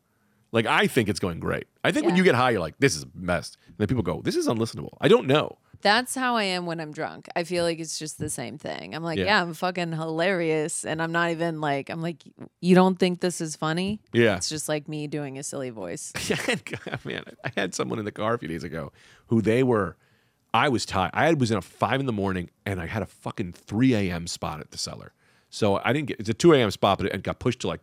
Like I think it's going great. I think when Yeah. you get high, you're like, "This is a mess." And then people go, "This is unlistenable." I don't know. That's how I am when I'm drunk. I feel like it's just the same thing. I'm like, Yeah. yeah, I'm fucking hilarious. And I'm not even like, I'm like, you don't think this is funny? Yeah. It's just like me doing a [laughs] silly voice. Yeah, I had- man, I had someone in the car a few days ago who they were. I was tired. I was in a five in the morning, and I had a fucking three a.m. spot at the cellar. So I didn't get it's a 2 a.m. spot, but it got pushed to like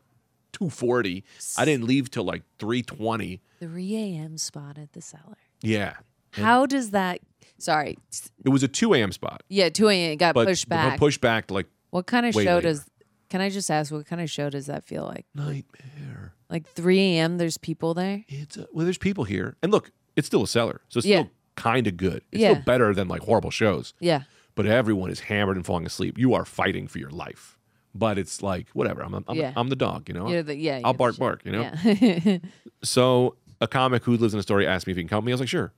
2:40. I didn't leave till like 3:20. 3 a.m. spot at the cellar. Yeah, How does that? Sorry, s- it was a 2 a.m. spot, yeah, 2 a.m. it got but pushed but back. pushed back to like what kind of way show later. does? Can I just ask what kind of show does that feel like? nightmare. Like 3 a.m. There's people there. It's a, well, there's people here, and look, it's still a seller, so it's Yeah. still kind of good. It's Yeah. still better than like horrible shows. Yeah, but everyone is hammered and falling asleep. You are fighting for your life, but it's like whatever. I'm I'm, Yeah. I'm the dog, you know. You're the- yeah. I'll you're the bark, sh- bark, you know. Yeah. [laughs] So a comic who lives in a story asked me if he can come with me. I was like, sure.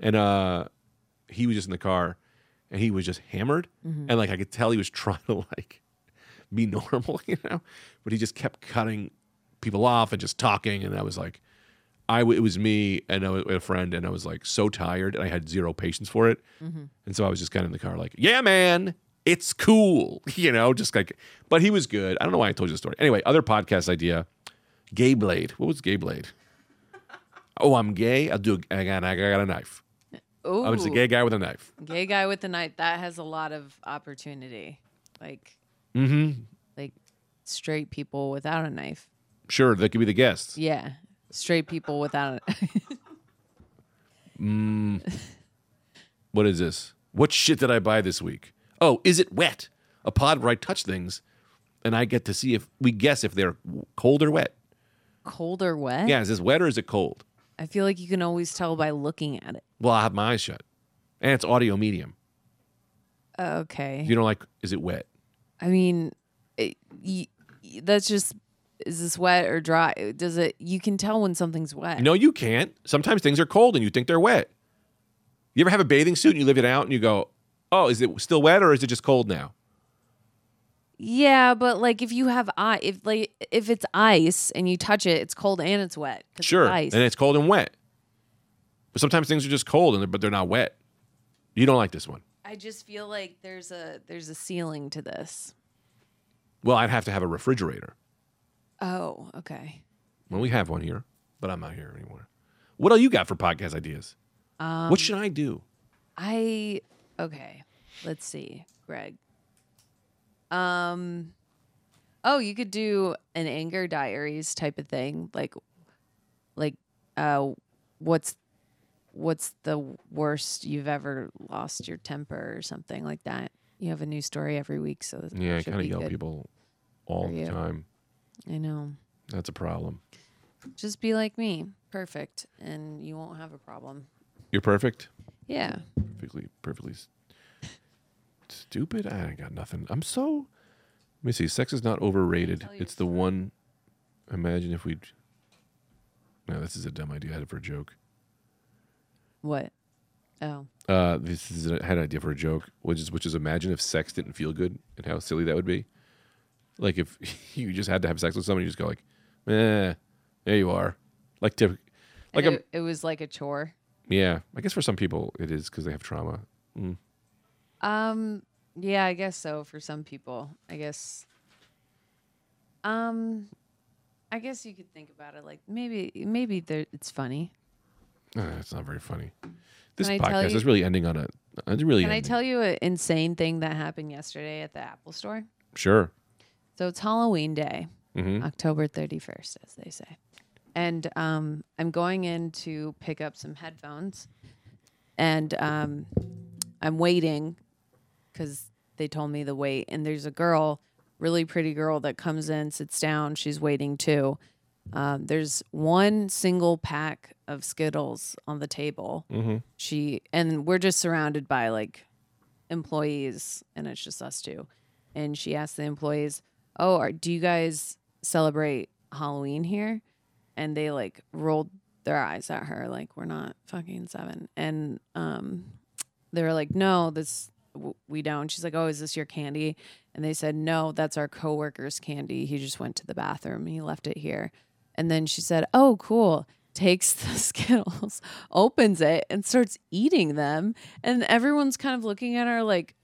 And uh, he was just in the car, and he was just hammered, and like I could tell he was [laughs] trying to like be normal, [laughs] you know, but he just kept cutting people off and just talking, and I was like. I w- it was me and a, a friend, and I was like so tired, and I had zero patience for it, and so I was just kind of in the car, like, "Yeah, man, it's cool," [laughs] you know, just like. But he was good. I don't know why I told you the story. Anyway, other podcast idea, Gay Blade. What was Gay Blade? Oh, I'm gay. I'll do. a- I got. I got a knife. Ooh, I'm just a gay guy with a knife. gay guy with the knife. That has a lot of opportunity. Like, Mm-hmm. like straight people without a knife. Sure, that could be the guest. Yeah, straight people without. A- [laughs] What is this? What shit did I buy this week? Oh, is it wet? A pod where I touch things, and I get to see if we guess if they're cold or wet. Cold or wet? Yeah, is this wet or is it cold? I feel like you can always tell by looking at it. Well, I have my eyes shut, and it's audio medium. Oh, Okay. You don't like? Is it wet? I mean, it, y y- that's just is this wet or dry? Does it? You can tell when something's wet. No, you can't. Sometimes things are cold and you think they're wet. You ever have a bathing suit and you live it out and you go, "Oh, is it still wet or is it just cold now?" Yeah, but like if you have ice, if like if it's ice and you touch it, it's cold and it's wet. 'cause it's Sure, ice. and it's cold and wet. But sometimes things are just cold and they're, but they're not wet. You don't like this one. I just feel like there's a there's a ceiling to this. Well, I'd have to have a refrigerator. Oh, okay. Well, we have one here, but I'm not here anymore. What all you got for podcast ideas? Um, what should I do? I okay. Let's see, Greg. Um. Oh, you could do an anger diaries type of thing, like, like, uh, what's, what's the worst you've ever lost your temper or something like that. You have a new story every week, so that Yeah, I should kind of be yell good. people all for the you. time. I know. That's a problem. Just be like me, perfect, and you won't have a problem. You're perfect. Yeah. perfectly perfectly s- stupid. I got nothing. I'm so. Let me see. Sex is not overrated. It's the one. Imagine if we. No, this is a dumb idea. I had it for a joke. What? Oh. Uh, this is a, I had an idea for a joke, which is which is imagine if sex didn't feel good and how silly that would be. Like if [laughs] you just had to have sex with someone, you just go like, eh, there you are. Like typ- like Like a it, it was like a chore. yeah. I guess for some people it is because they have trauma. Um, yeah, I guess so for some people. I guess um I guess you could think about it like maybe maybe there, it's funny. Uh, it's not very funny. This Can I tell podcast you- is really ending on a. It's really. Can I ending. tell you an insane thing that happened yesterday at the Apple store? Sure. So it's Halloween day, Mhm. October 31st, as they say. And um, I'm going in to pick up some headphones and um, I'm waiting because they told me the wait. And there's a girl, really pretty girl, that comes in, sits down. She's waiting too. Um, there's one single pack of Skittles on the table. She and we're just surrounded by like employees, and it's just us two. And she asked the employees, "Oh, are, do you guys celebrate Halloween here?" And they like rolled their eyes at her, like we're not fucking seven. And um, they were like, "No, this w- we don't." She's like, "Oh, is this your candy?" And they said, "No, that's our coworker's candy. He just went to the bathroom. He left it here." And then she said, "Oh, cool." Takes [laughs] the Skittles, opens it, and starts eating them. And everyone's kind of looking at her like,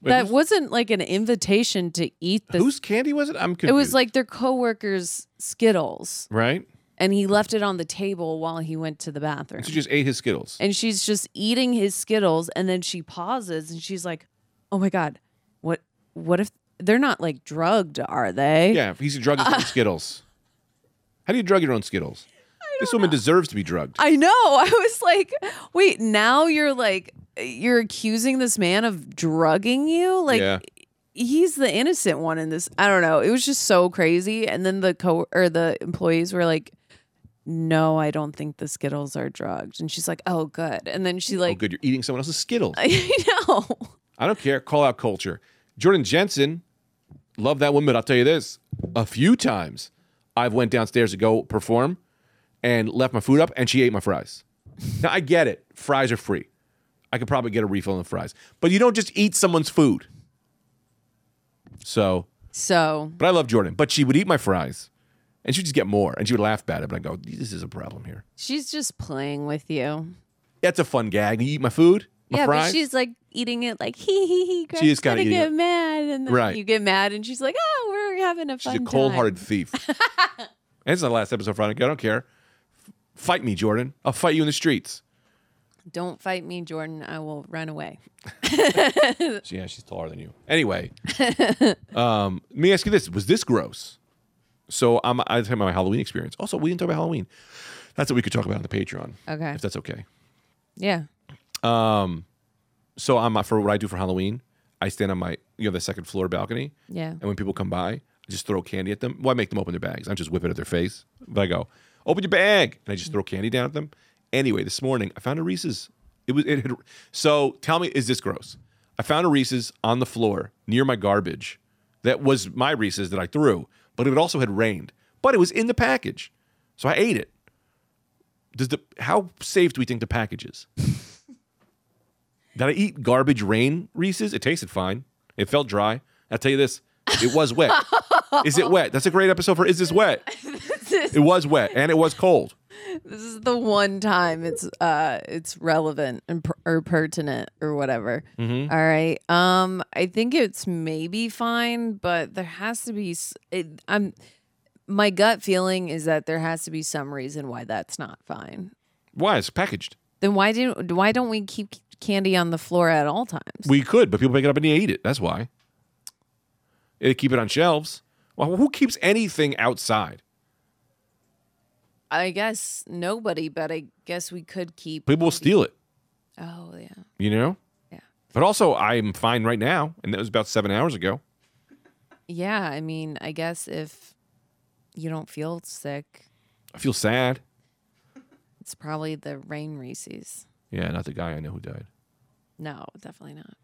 Wait, that whose- wasn't like an invitation to eat the. whose candy was it? I'm confused. It was like their coworker's Skittles, right. and he left it on the table while he went to the bathroom. She just ate his Skittles. and she's just eating his Skittles, and then she pauses and she's like, "Oh my god, what? What if they're not like drugged, are they? Yeah, if he's drugging [laughs] his own Skittles. How do you drug your own Skittles? This woman deserves to be drugged. I know. [laughs] I was like, wait, now you're like, you're accusing this man of drugging you? Like, Yeah. he's the innocent one in this. I don't know. It was just so crazy. And then the co or the employees were like, no, I don't think the Skittles are drugged. And she's like, oh, good. And then she oh, like, good, you're eating someone else's Skittles. [laughs] I know. I don't care. Call out culture. Jordan Jensen, love that woman. But I'll tell you this: a few times I've went downstairs to go perform, and left my food up, and she ate my fries. Now I get it; fries are free. I could probably get a refill on the fries, but you don't just eat someone's food. So, So but I love Jordan. But she would eat my fries, and she would just get more, and she would laugh about it. But I go, "This is a problem here." she's just playing with you. That's a fun gag. You eat my food, my yeah, fries. but she's like eating it like hee hee hee. Greg's is kinda gonna eating get it. mad, and then Right. you get mad, and she's like, "Oh, we're having a fun She's a time." cold-hearted [laughs] thief. and it's not the last episode, Veronica. I don't care. F- Fight me, Jordan. I'll fight you in the streets. Don't fight me, Jordan. I will run away. She- Yeah, she's taller than you. [laughs] Anyway, um, let me ask you this: Was this gross? So I'm I was talking about my Halloween experience. Also, we didn't talk about Halloween. That's what we could talk about on the Patreon, Okay. if that's okay. [laughs] Yeah. So I'm for what I do for Halloween. I stand on my you know the second floor balcony. Yeah. And when people come by, I just throw candy at them. Well, I make them open their bags. I just whip it at their face. But I go, open your bag, and I just throw candy down at them. Anyway, this morning I found a Reese's. It was it. Had, so tell me, is this gross? I found a Reese's on the floor near my garbage. That was my Reese's that I threw, but it also had rained. But it was in the package, so I ate it. Does the how safe do we think the package is? Did I eat garbage rain Reese's? It tasted fine. It felt dry. I'll tell you this. It was wet. is it wet? That's a great episode for Is This Wet? is- it was wet and it was cold. This is the one time it's uh it's relevant and per- or pertinent or whatever. Mm-hmm. All right. Um, I think it's maybe fine, but there has to be. s- It, I'm. My gut feeling is that there has to be some reason why that's not fine. Why? It's packaged. Then why didn't why don't we keep candy on the floor at all times? We could, but people pick it up and they eat it. That's why. They keep it on shelves. Well, who keeps anything outside? I guess nobody, but I guess we could keep. People will steal it, Oh yeah, you know? yeah, But also, I'm fine right now. And that was about seven hours ago. yeah. I mean, I guess if you don't feel sick, I feel sad. it's probably the rain Reese's. Yeah, not the guy I know who died. No, definitely not.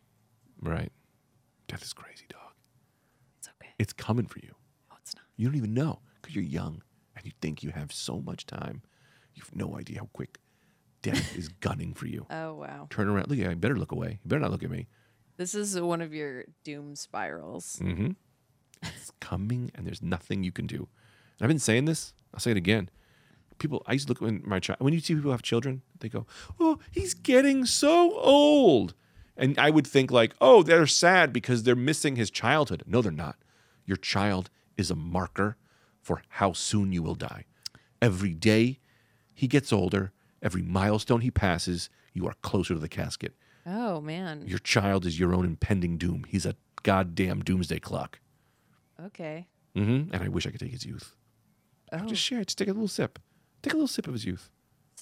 Right. Death is crazy, dog. It's okay. It's coming for you. No, it's not. You don't even know because you're young and you think you have so much time. You've no idea how quick death is gunning for you. Oh wow, Turn around. Look, I better look away. You better not look at me. this is one of your doom spirals. Mm. It's coming and there's nothing you can do. And I've been saying this. I'll say it again. People, I used to look when my child, when you see people have children, they go, oh, he's getting so old. And I would think like, oh, they're sad because they're missing his childhood. No, they're not. Your child is a marker for how soon you will die. Every day he gets older, every milestone he passes, you are closer to the casket. Oh man. Your child is your own impending doom. He's a goddamn doomsday clock. Okay. Mm-hmm. And I wish I could take his youth. Oh, Just share it. Just take a little sip. Take a little sip of his youth.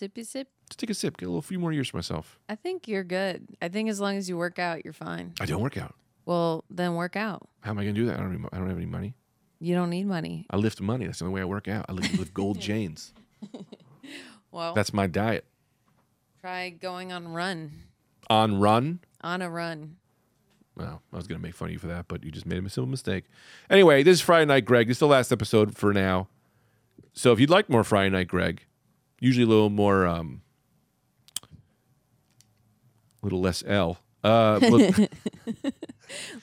sippy sip. Just take a sip. Get a little few more years for myself. I think you're good. I think as long as you work out, you're fine. I don't work out. Well, then work out. How am I gonna do that? I don't. Even, I don't have any money. You don't need money. I lift money. That's the only way I work out. I lift with gold chains. Well, That's my diet. try going on run On run. on a run. Well, I was gonna make fun of you for that, but you just made a simple mistake. Anyway, this is Friday Night Greg. This is the last episode for now. So if you'd like more Friday Night Greg, usually a little more, um, a little less L. Uh, [laughs] but-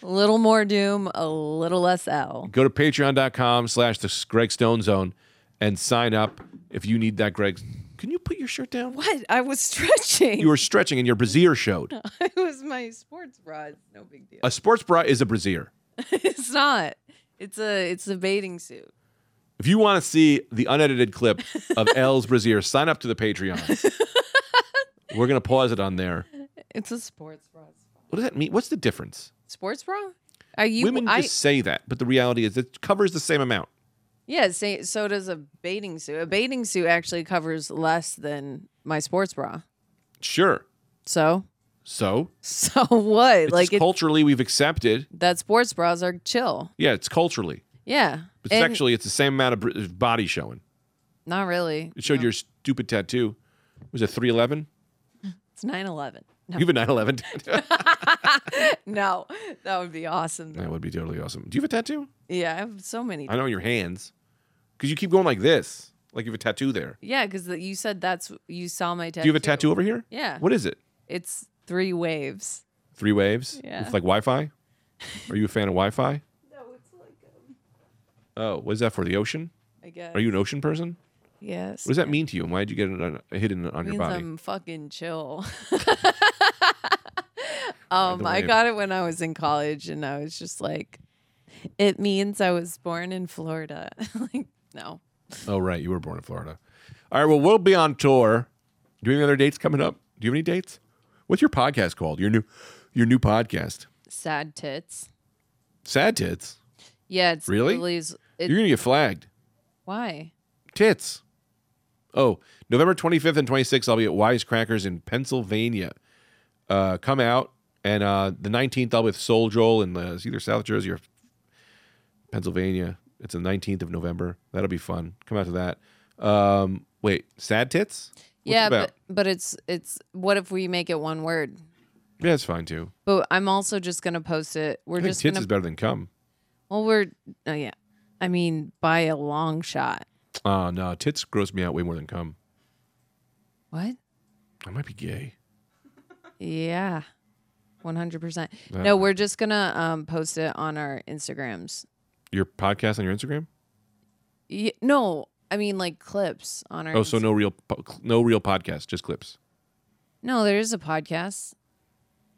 A little more doom, a little less L. go to patreon.com slash the greg stone zone and sign up if you need that greg can you put your shirt down What? I was [laughs] stretching. you were stretching and your brassiere showed it was my sports bra. It's no big deal. a sports bra is a brassiere [laughs] it's not. It's a it's a bathing suit. if you want to see the unedited clip [laughs] of l's brassiere sign up to the patreon we're going to pause it on there It's a sports bra. what does that mean what's the difference Sports bra? Are you? Women I, just say that, but the reality is it covers the same amount. yeah. Say, so does a bathing suit. A bathing suit actually covers less than my sports bra. Sure. So, [laughs] So so what? it's like like it, culturally we've accepted. that sports bras are chill. Yeah, it's culturally. Yeah. But And- sexually, it's the same amount of br- body showing. Not really. It showed your stupid tattoo. Was it 311? It's 9/11. No, You have a 911 [laughs] tattoo. no, that would be awesome. that would be totally awesome. Do you have a tattoo? Yeah, I have so many. I know your hands. Because you keep going like this. Like you have a tattoo there. Yeah, because you said that's you saw my tattoo. Do you have a tattoo over here? Yeah. What is it? It's three waves. Three waves? Yeah. It's like Wi Fi? Are you a fan of Wi [laughs] Fi? um, Oh, what is that for? The ocean? I guess. Are you an ocean person? Yes. What does that mean to you? And why did you get it on, hidden on your means body? I'm fucking chill. [laughs] um, way- I got it when I was in college, and I was just like, it means I was born in Florida. [laughs] like, no. Oh, right. You were born in Florida. All right. Well, we'll be on tour. Do you have any other dates coming up? Do you have any dates? What's your podcast called? Your new, your new podcast, Sad tits. Sad Tits. Yeah, it's Really? Lily's- it- You're gonna get flagged. why? Tits. Oh, November 25th and 26th, I'll be at Wisecrackers in Pennsylvania. Uh, come out. And uh, the 19th, I'll be with Soul Joel in uh, it's either South Jersey or Pennsylvania. It's the 19th of November. That'll be fun. Come out to that. Um, wait, Sad Tits? What's it yeah, about? but but it's it's what if we make it one word? yeah, it's fine too. But I'm also just gonna post it. We're I think just tits gonna is better than cum. well, we're oh yeah. I mean, by a long shot. Oh no, tits gross me out way more than cum. What? I might be gay. Yeah. 100%. Uh, No, we're just going to um, post it on our Instagrams. Your podcast on your Instagram? Y- no, I mean like clips on our Oh, so Inst- no real, po- no real podcast, just clips. No, there is a podcast.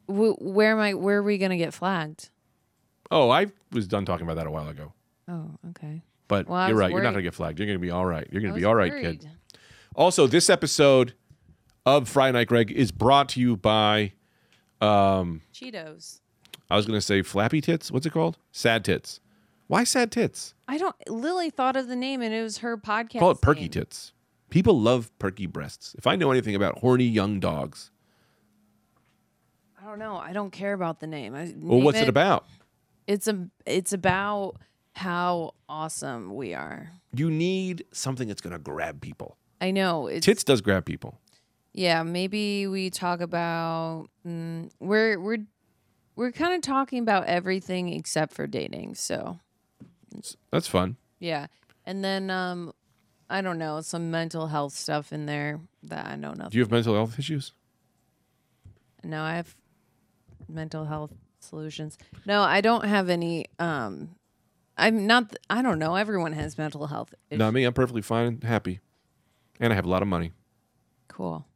Wh- where am I where are we going to get flagged? Oh, I was done talking about that a while ago. Oh, okay. But Well, I you're was right. You're not worried. gonna get flagged. You're gonna be all right. You're I gonna was be all right, worried. kid. Also, this episode of Friday Night Greg is brought to you by Cheetos. I was gonna say Flappy Tits. What's it called? Sad Tits. Why Sad Tits? I don't Lily thought of the name and it was her podcast. Call it Perky name. Tits. People love perky breasts. If I know anything about horny young dogs, I don't know. I don't care about the name. I, well, name what's it about? It's a it's about how awesome we are. You need something that's going to grab people. I know it's Tits does grab people. yeah. Maybe we talk about mm, we're we're we're kind of talking about everything except for dating. So That's fun. yeah, and then um, I don't know some mental health stuff in there that I know Do nothing. you have mental health issues? no, I have mental health solutions. No, I don't have any. Um, I'm not. th- I don't know. Everyone has mental health. Issues. Not me. I'm perfectly fine and happy. And I have a lot of money. Cool.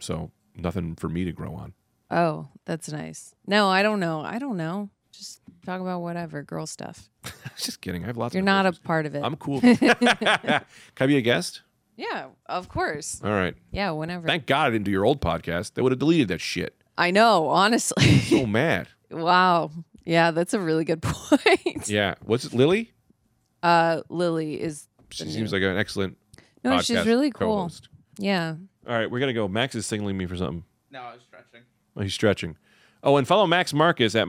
So nothing for me to grow on. [laughs] Oh, that's nice. No, I don't know. I don't know. Just talk about whatever girl stuff. Just kidding. I have lots You're of not a issues. part of it. I'm cool. [laughs] [laughs] Can I be a guest? yeah, of course. All right. Yeah, whenever. Thank God I didn't do your old podcast. They would have deleted that shit. Oh, I know, honestly. [laughs] So mad. wow. Yeah, that's a really good [laughs] point. Yeah. What's it, Lily? Uh, Lily is. She the seems new- like an excellent No, she's podcast really cool. co-host. Yeah. All right. We're going to go. Max is signaling me for something. No, I was stretching. Oh, he's stretching. Oh, and follow Max Marcus at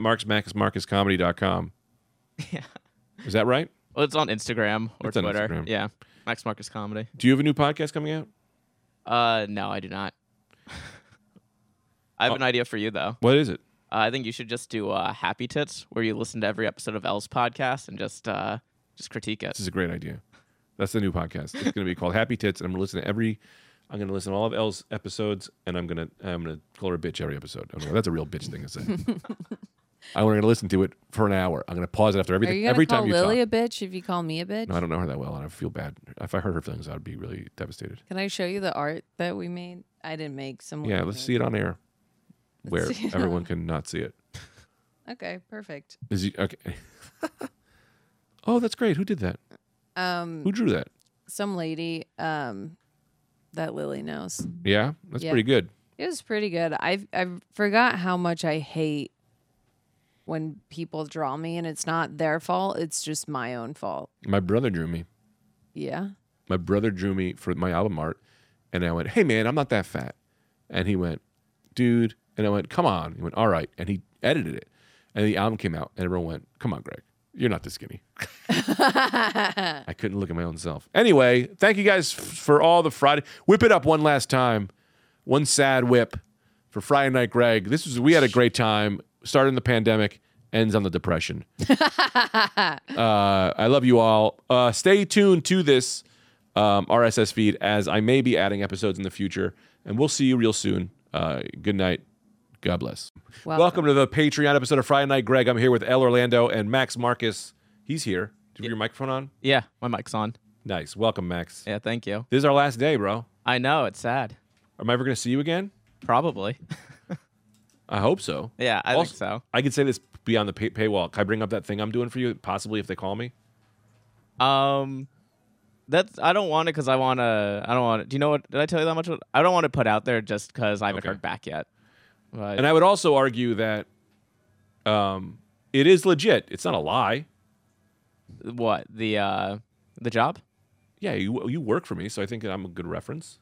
marxmarcusmarcuscomedy.com. Yeah. Is that right? Well, it's on Instagram or It's on Twitter. Instagram. Yeah. Max Marcus Comedy. Do you have a new podcast coming out? Uh, no, I do not. Uh, I have an idea for you though. What is it? Uh, I think you should just do uh, Happy Tits, where you listen to every episode of Elle's podcast and just uh, just critique it. This is a great idea. That's the new podcast. It's going to be called Happy Tits, and I'm going to listen to every. I'm going to listen to all of Elle's episodes, and I'm going to I'm going to call her a bitch every episode. I'm gonna- that's a real bitch thing to [laughs] say. I'm going to listen to it for an hour. I'm going to pause it after Are everything. you gonna every call time you Lily talk. a bitch if you call me a bitch? No, I don't know her that well, and I feel bad. If I hurt her feelings, I'd be really devastated. Can I show you the art that we made? I didn't make some. Yeah, let's see it on air, where see it on- everyone can not see it. Okay, perfect. Is he okay? [laughs] oh, that's great. Who did that? Um, Who drew that? some lady, um, that Lily knows. Yeah, that's Yeah. pretty good. It was pretty good. I I forgot how much I hate when people draw me and it's not their fault, it's just my own fault. My brother drew me. Yeah. My brother drew me for my album art, and I went, "Hey man, I'm not that fat," and he went, "Dude," and I went, "Come on." He went, "All right," and he edited it, and the album came out, and everyone went, "Come on, Greg, you're not this skinny." I couldn't look at my own self. Anyway, thank you guys f- for all the Friday. Whip it up one last time, one sad whip for Friday Night Greg. This was we had a great time. Started in the pandemic, ends on the depression. Uh, I love you all. Uh, stay tuned to this um, RSS feed as I may be adding episodes in the future, and we'll see you real soon. Uh, good night. God bless. Welcome. Welcome. to the Patreon episode of Friday Night Greg. I'm here with El Orlando and Max Marcus. He's here. Did you have your microphone on? Yeah, my mic's on. Nice. Welcome, Max. Yeah, thank you. This is our last day, bro. I know it's sad. Am I ever going to see you again? Probably. [laughs] I hope so. Yeah, I Also- think so. I could say this beyond the pay- paywall. Can I bring up that thing I'm doing for you, possibly if they call me? Um, that's I don't want it because I want to. I don't want it. Do you know what? Did I tell you that much? I don't want to put out there just because I haven't Okay. heard back yet. But And I would also argue that um, it is legit. It's not a lie. what the uh the job? Yeah, you you work for me, so I think that I'm a good reference.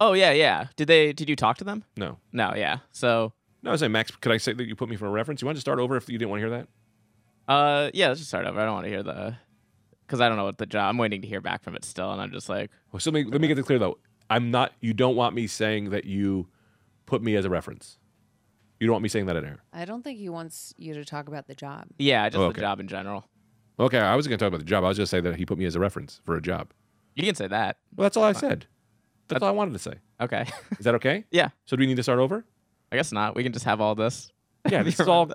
Oh yeah, yeah. Did they? Did you talk to them? No, No, yeah. So, no, I was saying, Max, could I say that you put me for a reference? You want to start over if you didn't want to hear that? uh, yeah. Let's just start over. I don't want to hear the because I don't know what the job. I'm waiting to hear back from it still, and I'm just like, Well, so let me, let me get this clear though. I'm not. You don't want me saying that you put me as a reference. You don't want me saying that in air. I don't think he wants you to talk about the job. yeah, just Oh, the okay. job in general. Okay, I was going to talk about the job. I was just saying that he put me as a reference for a job. You can say that. Well, that's all I said. That's all I wanted to say. Okay. [laughs] Is that okay? yeah. So do we need to start [laughs] over? I guess not. We can just have all this. Yeah, this is all.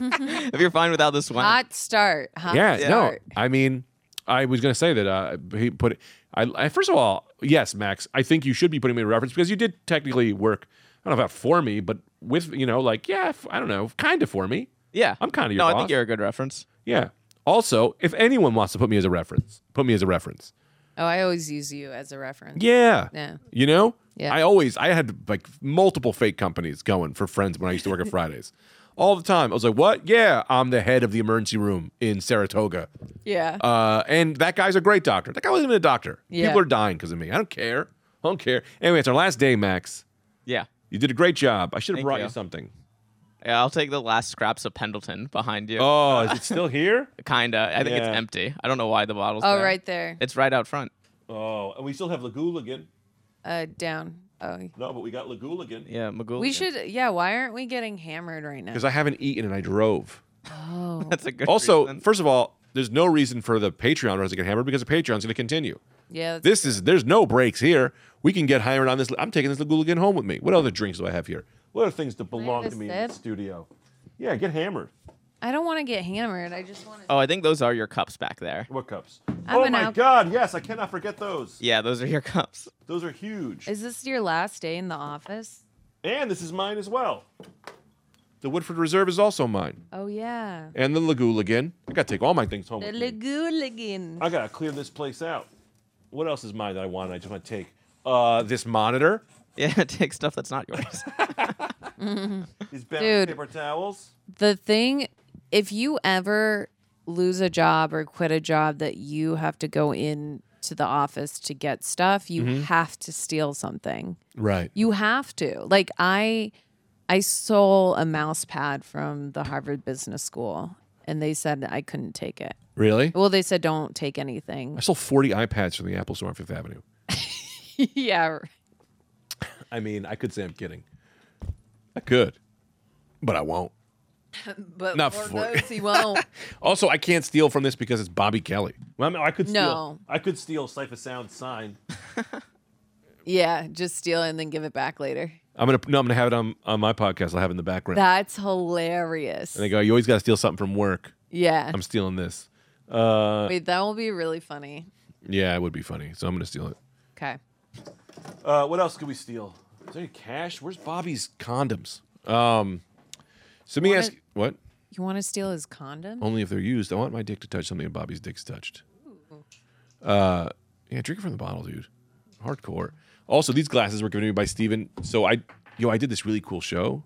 If you're fine without this one. Hot start. [laughs] Hot Yeah, no. start. I mean, I was going to say that uh, he put it. I, I first of all, yes, Max. I think you should be putting me in reference because you did technically work. I don't know about for me, but with you know, like yeah, f- I don't know, kind of for me. yeah. I'm kinda your No, I boss. think you're a good reference. Yeah. Also, if anyone wants to put me as a reference, put me as a reference. Oh, I always use you as a reference. Yeah. Yeah. You know? Yeah. I always I had like multiple fake companies going for friends when I used to work [laughs] at Fridays. All the time. I was like, "What? Yeah, I'm the head of the emergency room in Saratoga." Yeah. Uh, and that guy's a great doctor. That guy wasn't even a doctor. Yeah. People are dying because of me. I don't care. I don't care. Anyway, it's our last day, Max. Yeah. You did a great job. I should have Thank brought you. you. something. Yeah, I'll take the last scraps of Pendleton behind you. Oh, [laughs] is it still here? Kinda. I think Yeah. it's empty. I don't know why the bottle's oh, Uh, there. right there. It's right out front. Oh, and we still have Lagooligan. Uh, down. Oh, No, but we got Lagooligan. Yeah, Magul. we should. Yeah. Why aren't we getting hammered right now? Because I haven't eaten and I drove. Oh, [laughs] That's a good. Also, reason. first of all, there's no reason for the Patreon runners to get hammered because the Patreon's going to continue. yeah. This is there's no breaks here. We can get hammered on this. I'm taking this Lagooligan home with me. What other drinks do I have here? What other things that belong have to a me in the sip? studio? Yeah, get hammered. I don't want to get hammered. I just want to. Uh, oh, I think those are your cups back there. What cups? I'm oh an my alc- God! Yes, I cannot forget those. Yeah, those are your [laughs] cups. Those are huge. Is this your last day in the office? and this is mine as well. The Woodford Reserve is also mine, Oh yeah. and the Lagooligan. I gotta take all my things home. The with me. Lagooligan. I gotta clear this place out. What else is mine that I want? I just want to take uh, this monitor. Yeah, [laughs] take stuff that's not yours. [laughs] These bound Dude. paper towels. The thing, if you ever lose a job or quit a job that you have to go in to the office to get stuff, you Mm-hmm. have to steal something. Right. You have to. Like I I stole a mouse pad from the Harvard Business School and they said I couldn't take it. Really? Well, they said don't [laughs] take anything. I sold 40 iPads from the Apple Store on Fifth Avenue. yeah. I mean, I could say I'm kidding. I could, but I won't. But Not for for- [laughs] those he won't. Also, I can't steal from this because it's Bobby Kelly. Well, I, mean, I could steal. No. I could steal Sight of Sound sign. yeah, just steal it and then give it back later. I'm gonna no. I'm gonna have it on, on my podcast. I'll have it in the background. That's hilarious. and they go, "You always gotta steal something from work." Yeah. I'm stealing this. Uh, Wait, that will be really funny. yeah, it would be funny. So I'm gonna steal it. Okay. Uh, what else could we steal? Is there any cash? Where's Bobby's condoms? Um, so let me Wanna- ask what. You want to steal his condom? Only if they're used. I want my dick to touch something that Bobby's dick's touched. Uh, yeah, drink it from the bottle, dude. Hardcore. Also, these glasses were given to me by Steven. So I, yo, I did this really cool show.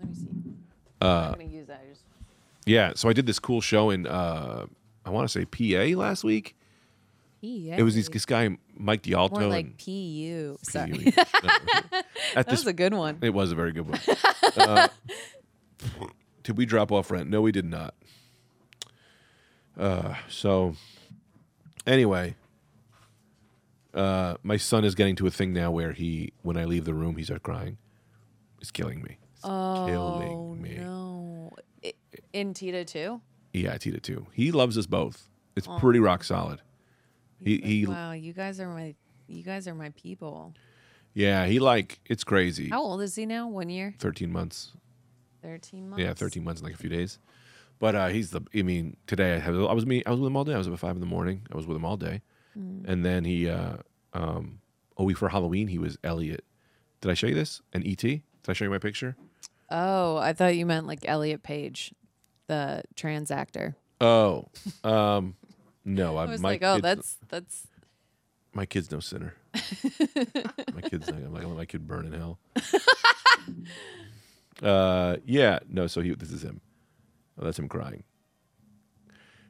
I'm going to use that. I just- Yeah, so I did this cool show in uh I want to say PA last week. PA. It was this, this guy Mike D'Alto. more like and- PU. [laughs] Sorry, Pee Wee. At [laughs] that was this, a good one. it was a very good [laughs] one. Uh, did we drop off rent? No, we did not. Uh, so anyway, uh, my son is getting to a thing now where he, when I leave the room, he starts crying. It's killing me. It's Oh killing me. no! I- in Tita too. Yeah, Tita too. He loves us both. It's pretty rock solid. He, he Wow, you guys are my you guys are my people. yeah, he like it's crazy. How old is he now? One year, Thirteen months. thirteen months. Yeah, 13 months in like a few days. But uh, he's the. I mean, today I had. I was me. I was with him all day. I was up at five in the morning. I was with him all day, Mm. and then he. Uh, um, oh, we for Halloween he was Elliot. Did I show you this? An ET? Did I show you my picture? Oh, I thought you meant like Elliot Page, the trans actor. Oh, um, no. I, [laughs] I was my like, oh, kid's- that's that's my kid's no sinner. my kid's. Not, I'm like, let my kid burn in hell. [laughs] uh, yeah, no. So he. This is him. Oh, that's him crying.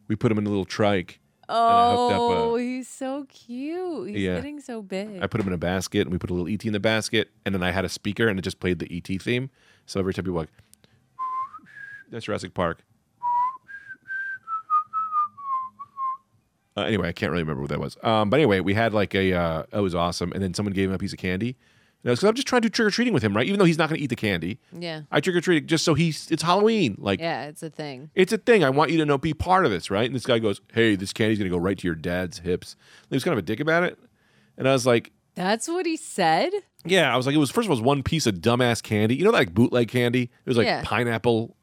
We put him in a little trike. I hooked up a- oh, he's so cute. He's Yeah. getting so big. I put him in a basket and we put a little ET in the basket. And then I had a speaker and it just played the ET theme. So every time you walk, [laughs] that's Jurassic Park. Uh, anyway, I can't really remember what that was. Um, but anyway, we had like a, uh, it was awesome. And then someone gave him a piece of candy. And I was, cause I'm just trying to do trick or treating with him, right? Even though he's not going to eat the candy. yeah, I trick or treating just so he's, it's Halloween. Like, yeah, it's a thing. it's a thing. I want you to know, be part of this, right? And this guy goes, hey, this candy's going to go right to your dad's hips. He was kind of a dick about it. And I was like, That's what he said. yeah, I was like, it was first of all, it was one piece of dumbass candy. You know, that, like bootleg candy. It was like Yeah. pineapple,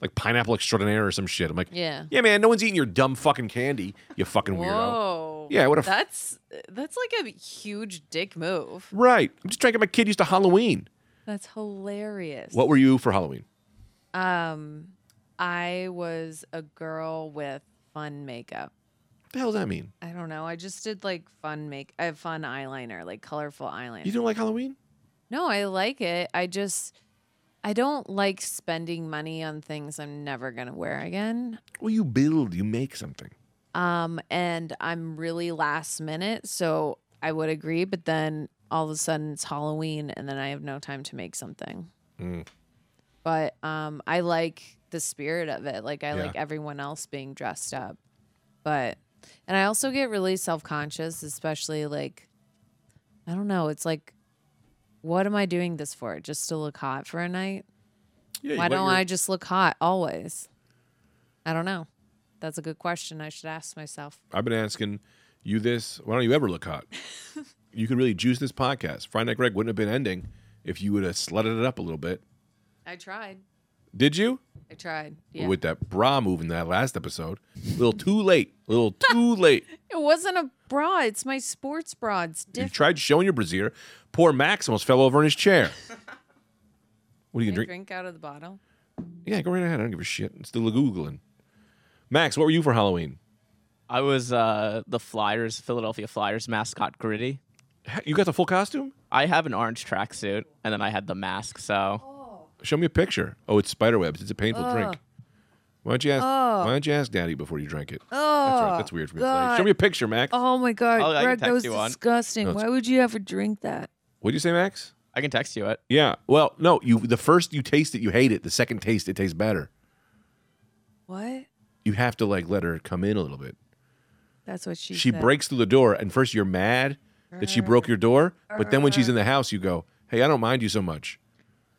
like pineapple extraordinaire or some shit. I'm like, Yeah. yeah, man, no one's eating your dumb fucking candy. You fucking weirdo. Whoa. Yeah, what a f- that's that's like a huge dick move. Right. I'm just drinking my kid used to Halloween. That's hilarious. What were you for Halloween? Um, I was a girl with fun makeup. What the hell does that mean? I don't know. I just did like fun make. I have fun eyeliner, like colorful eyeliner. You don't like Halloween? no, I like it. I just I don't like spending money on things I'm never gonna wear again. Well, you build, you make something. Um, and I'm really last minute, so I would agree. But then all of a sudden it's Halloween, and then I have no time to make something. But um, I like the spirit of it. Like I Yeah. like everyone else being dressed up, but and I also get really self conscious, especially like I don't know. It's like, what am I doing this for? Just to look hot for a night? Yeah, you Why let don't your- I just look hot always? I don't know. That's a good question. I should ask myself. I've been asking you this. Why don't you ever look [laughs] hot? you could really juice this podcast. Friday Night Greg wouldn't have been ending if you would have slutted it up a little bit. I tried. Did you? I tried. But Yeah. with that bra move in that last episode. A little too late. A [laughs] little too late. it wasn't a bra. It's my sports bra. It's You different. tried showing your brassiere. Poor Max almost fell over in his [laughs] chair. What are you I gonna drink? drink? out of the bottle. Yeah, go right ahead. I don't give a shit. It's the googling. Max, what were you for Halloween? I was uh, the Flyers, Philadelphia Flyers mascot Gritty. Ha- You got the full costume? I have an orange tracksuit, and then I had the mask. So Show me a picture. Oh, it's spider webs. It's a painful drink. Why don't you ask? Oh. Why don't you ask Daddy before you drank it? that's, Oh, right. that's weird for me. to say. God. Show me a picture, Max. Oh my God, I'll- I can Greg, that text was you on. disgusting. No, it's- Why would you ever drink that? What'd you say, Max? I can text you it. Yeah. Well, no. You the first you taste it, you hate it. The second taste, it tastes better. What? You have to like let her come in a little bit. That's what she. she said. breaks through the door and first you're mad that she broke your door but then when she's in Uh-huh. the house you go hey i don't mind you so much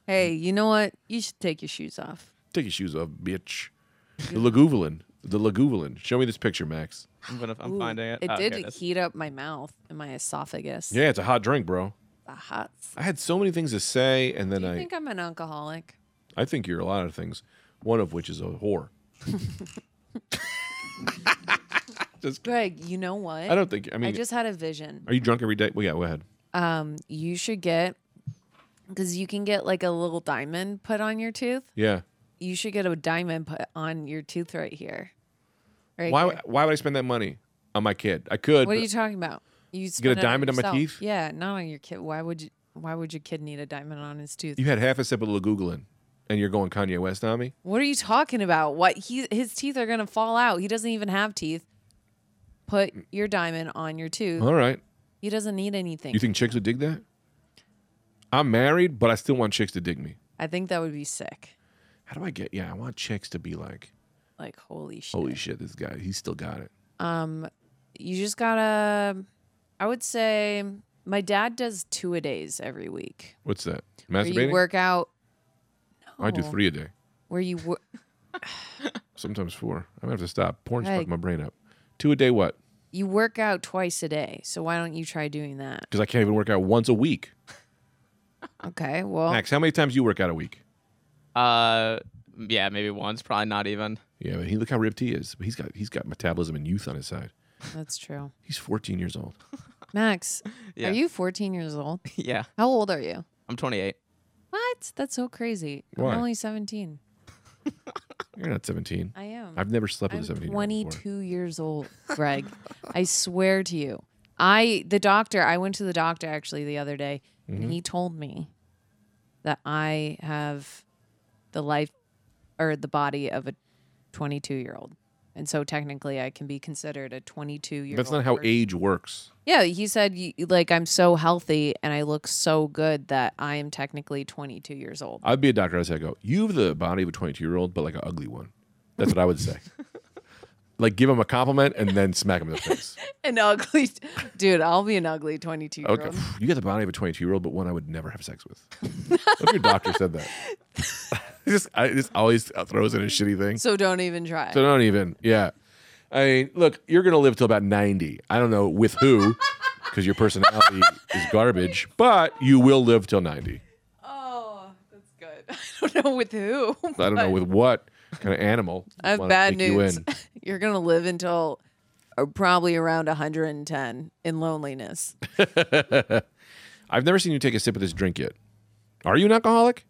Hey, you know what? You should take your shoes off. take your shoes off [laughs] bitch the laguvelin the laguvelin show me this picture max I'm gonna. I'm Ooh, finding it. It Oh, did here it is. heat up my mouth and my esophagus. yeah it's a hot drink bro The hot. i had so many things to say and then Do you i think I'm an alcoholic? i think you're a lot of things one of which is a whore just kidding. Greg, you know what? i don't think i mean I just had a vision. are you drunk every day well yeah go ahead um, you should get because you can get like a little diamond put on your tooth. yeah You should get a diamond put on your tooth right here. Right. why, here. why would i spend that money on my kid i could What are but- you talking about? You a spend it diamond on my yourself. teeth? Yeah, not on your kid. Why would you? Why would your kid need a diamond on his tooth? You had half a sip of La Googling. and you're going Kanye West on me? What are you talking about? What he his teeth are gonna fall out. He doesn't even have teeth. Put your diamond on your tooth. All right. He doesn't need anything. You think chicks would dig that? I'm married, but I still want chicks to dig me. I think that would be sick. How do I get? Yeah, I want chicks to be like, Like holy shit. holy shit, this guy, he's still got it. you just gotta I would say my dad does two a days every week. What's that? Where you Masturbating? work out I do No. three a day, where you work sometimes four. I'm gonna have to stop. Porn's Hey. fucked my brain up. Two a day, what? you work out twice a day. So why don't you try doing that? Because I can't even work out once a week. Okay. Well Max, how many times you work out a week? Uh, yeah, maybe once, probably not even. [laughs] Yeah, but he look how ripped he is. But he's got he's got metabolism and youth on his side. that's true. He's 14 years old. [laughs] Max, Yeah. are you fourteen years old? yeah, How old are you? I'm 28. What? That's so crazy. Why? I'm only 17. You're not 17. I am. I've never slept I'm with a 17 22 years old, Greg. I swear to you. I the doctor, I went to the doctor actually the other day Mm-hmm. and he told me that I have the life or the body of a 22-year-old. And so technically I can be considered a 22-year-old. That's not how person. age works. Yeah, he said y- like I'm so healthy and I look so good that I am technically 22 years old. I'd be a doctor. I'd say, I go, you have the body of a 22 year old, but like an ugly one. That's what I would say. [laughs] like, give him a compliment and then smack him in the face. [laughs] an ugly dude. I'll be an ugly 22 year Okay. old. You got the body of a 22 year old, but one I would never have sex with. What if your doctor said [laughs] that? It just, I, it just always throws in a shitty thing. [laughs] So don't even try. So don't even. Yeah. I mean, look, you're going to live till about 90. I don't know with who, because your personality is garbage, but you will live till 90. oh, that's good. [laughs] I don't know with who. I don't know with what kind of animal. you [laughs] I have wanna bad take you news. [laughs] in. You are gonna live until uh, probably around 110 [laughs] in loneliness. I've never seen you take a sip of this drink yet. Are you an alcoholic?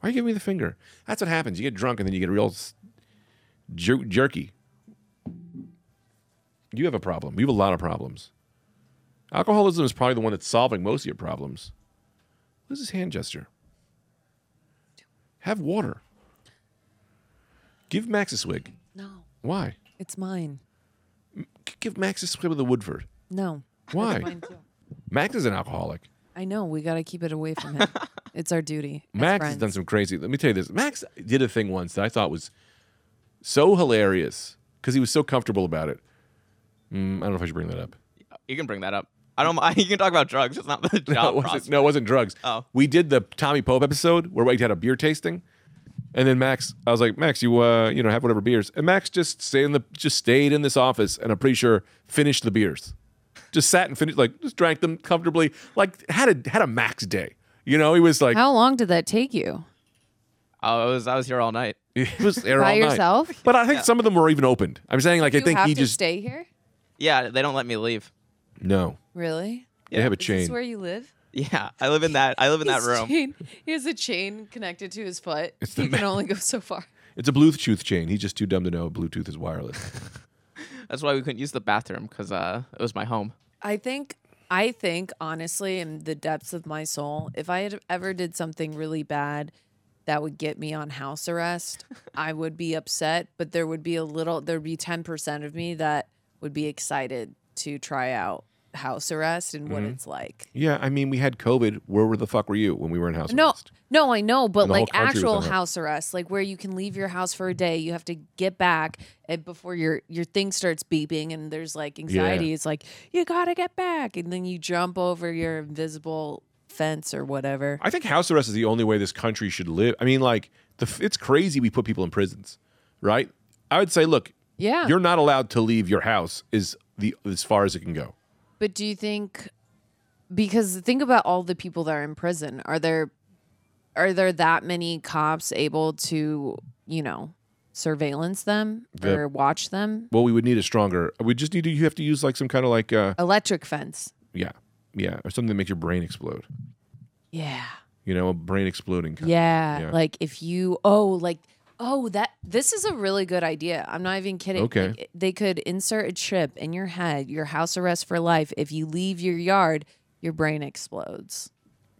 Why are you giving me the finger? That's what happens. You get drunk and then you get real s- jer- jerky. You have a problem. You have a lot of problems. Alcoholism is probably the one that's solving most of your problems. What is this hand gesture? Have water. Give Max a swig. No, Why? it's mine. G- Give Max a swig of the Woodford. No, Why? It's mine too. Max is an alcoholic. I know we gotta keep it away [laughs] from him. it's our duty. as Max has friends. done some crazy. Let me tell you this. Max did a thing once that I thought was so hilarious because he was so comfortable about it. Mm, I don't know if I should bring that up. You can bring that up. I don't. mi- [laughs] You can talk about drugs. It's not the [laughs] [laughs] No, it job wasn't, prospect. no, it wasn't drugs. Oh. We did the Tommy Pope episode where we had a beer tasting, and then Max, I was like, Max, you uh, you know, have whatever beers, and Max just stayed in the just stayed in this office, and I'm pretty sure finished the beers, just sat and finished like just drank them comfortably, like had a had a Max day. You know, he was like How long did that take you? I was. I was here all night. It was there [laughs] By all night. yourself? But I think some of them were even opened. I'm saying like I you think have he to just stay here. Yeah, they don't let me leave. [laughs] no. Really? They have a Is this chain. where [laughs] you live? Yeah, I live in that. I live in that His room. chain- he has a chain connected to his foot. It's the he can ma- only go so far. It's a Bluetooth chain. He's just too dumb to know Bluetooth is wireless. That's why we couldn't use the bathroom because uh, it was my home. I think, I think honestly, in the depths of my soul, if I had ever did something really bad that would get me on [laughs] house arrest, I would be upset. But there would be a little, there'd be ten percent of me that would be excited to try out house arrest and Mm-hmm. what it's like. [laughs] yeah, I mean we had COVID. Where were the fuck were you when we were in house No, arrest? no, I know, but the whole like country was actual on it. house arrest, like where you can leave your house for a day, you have to get back and before your your thing starts beeping and there's like anxiety. It's like you gotta get back, and then you jump over your invisible fence or whatever. I think house arrest is the only way this country should live. I mean, like the f- it's crazy we put people in prisons, right? I would say, look, Yeah, you're not allowed to leave your house is the as far as it can go. but do you think? Because think about all the people that are in prison. Are there are there that many cops able to you know surveillance them The- or watch them? Well, we would need a stronger. We just need to. You have to use like some kind of like uh, Electric fence. yeah, yeah, or something that makes your brain explode. Yeah. You know, a brain exploding. Kind Yeah, Yeah. Like if you oh like oh that this is a really good idea. I'm not even kidding. Okay. Like, it- they could insert a chip in your head, your house arrest for life. If you leave your yard, your brain explodes.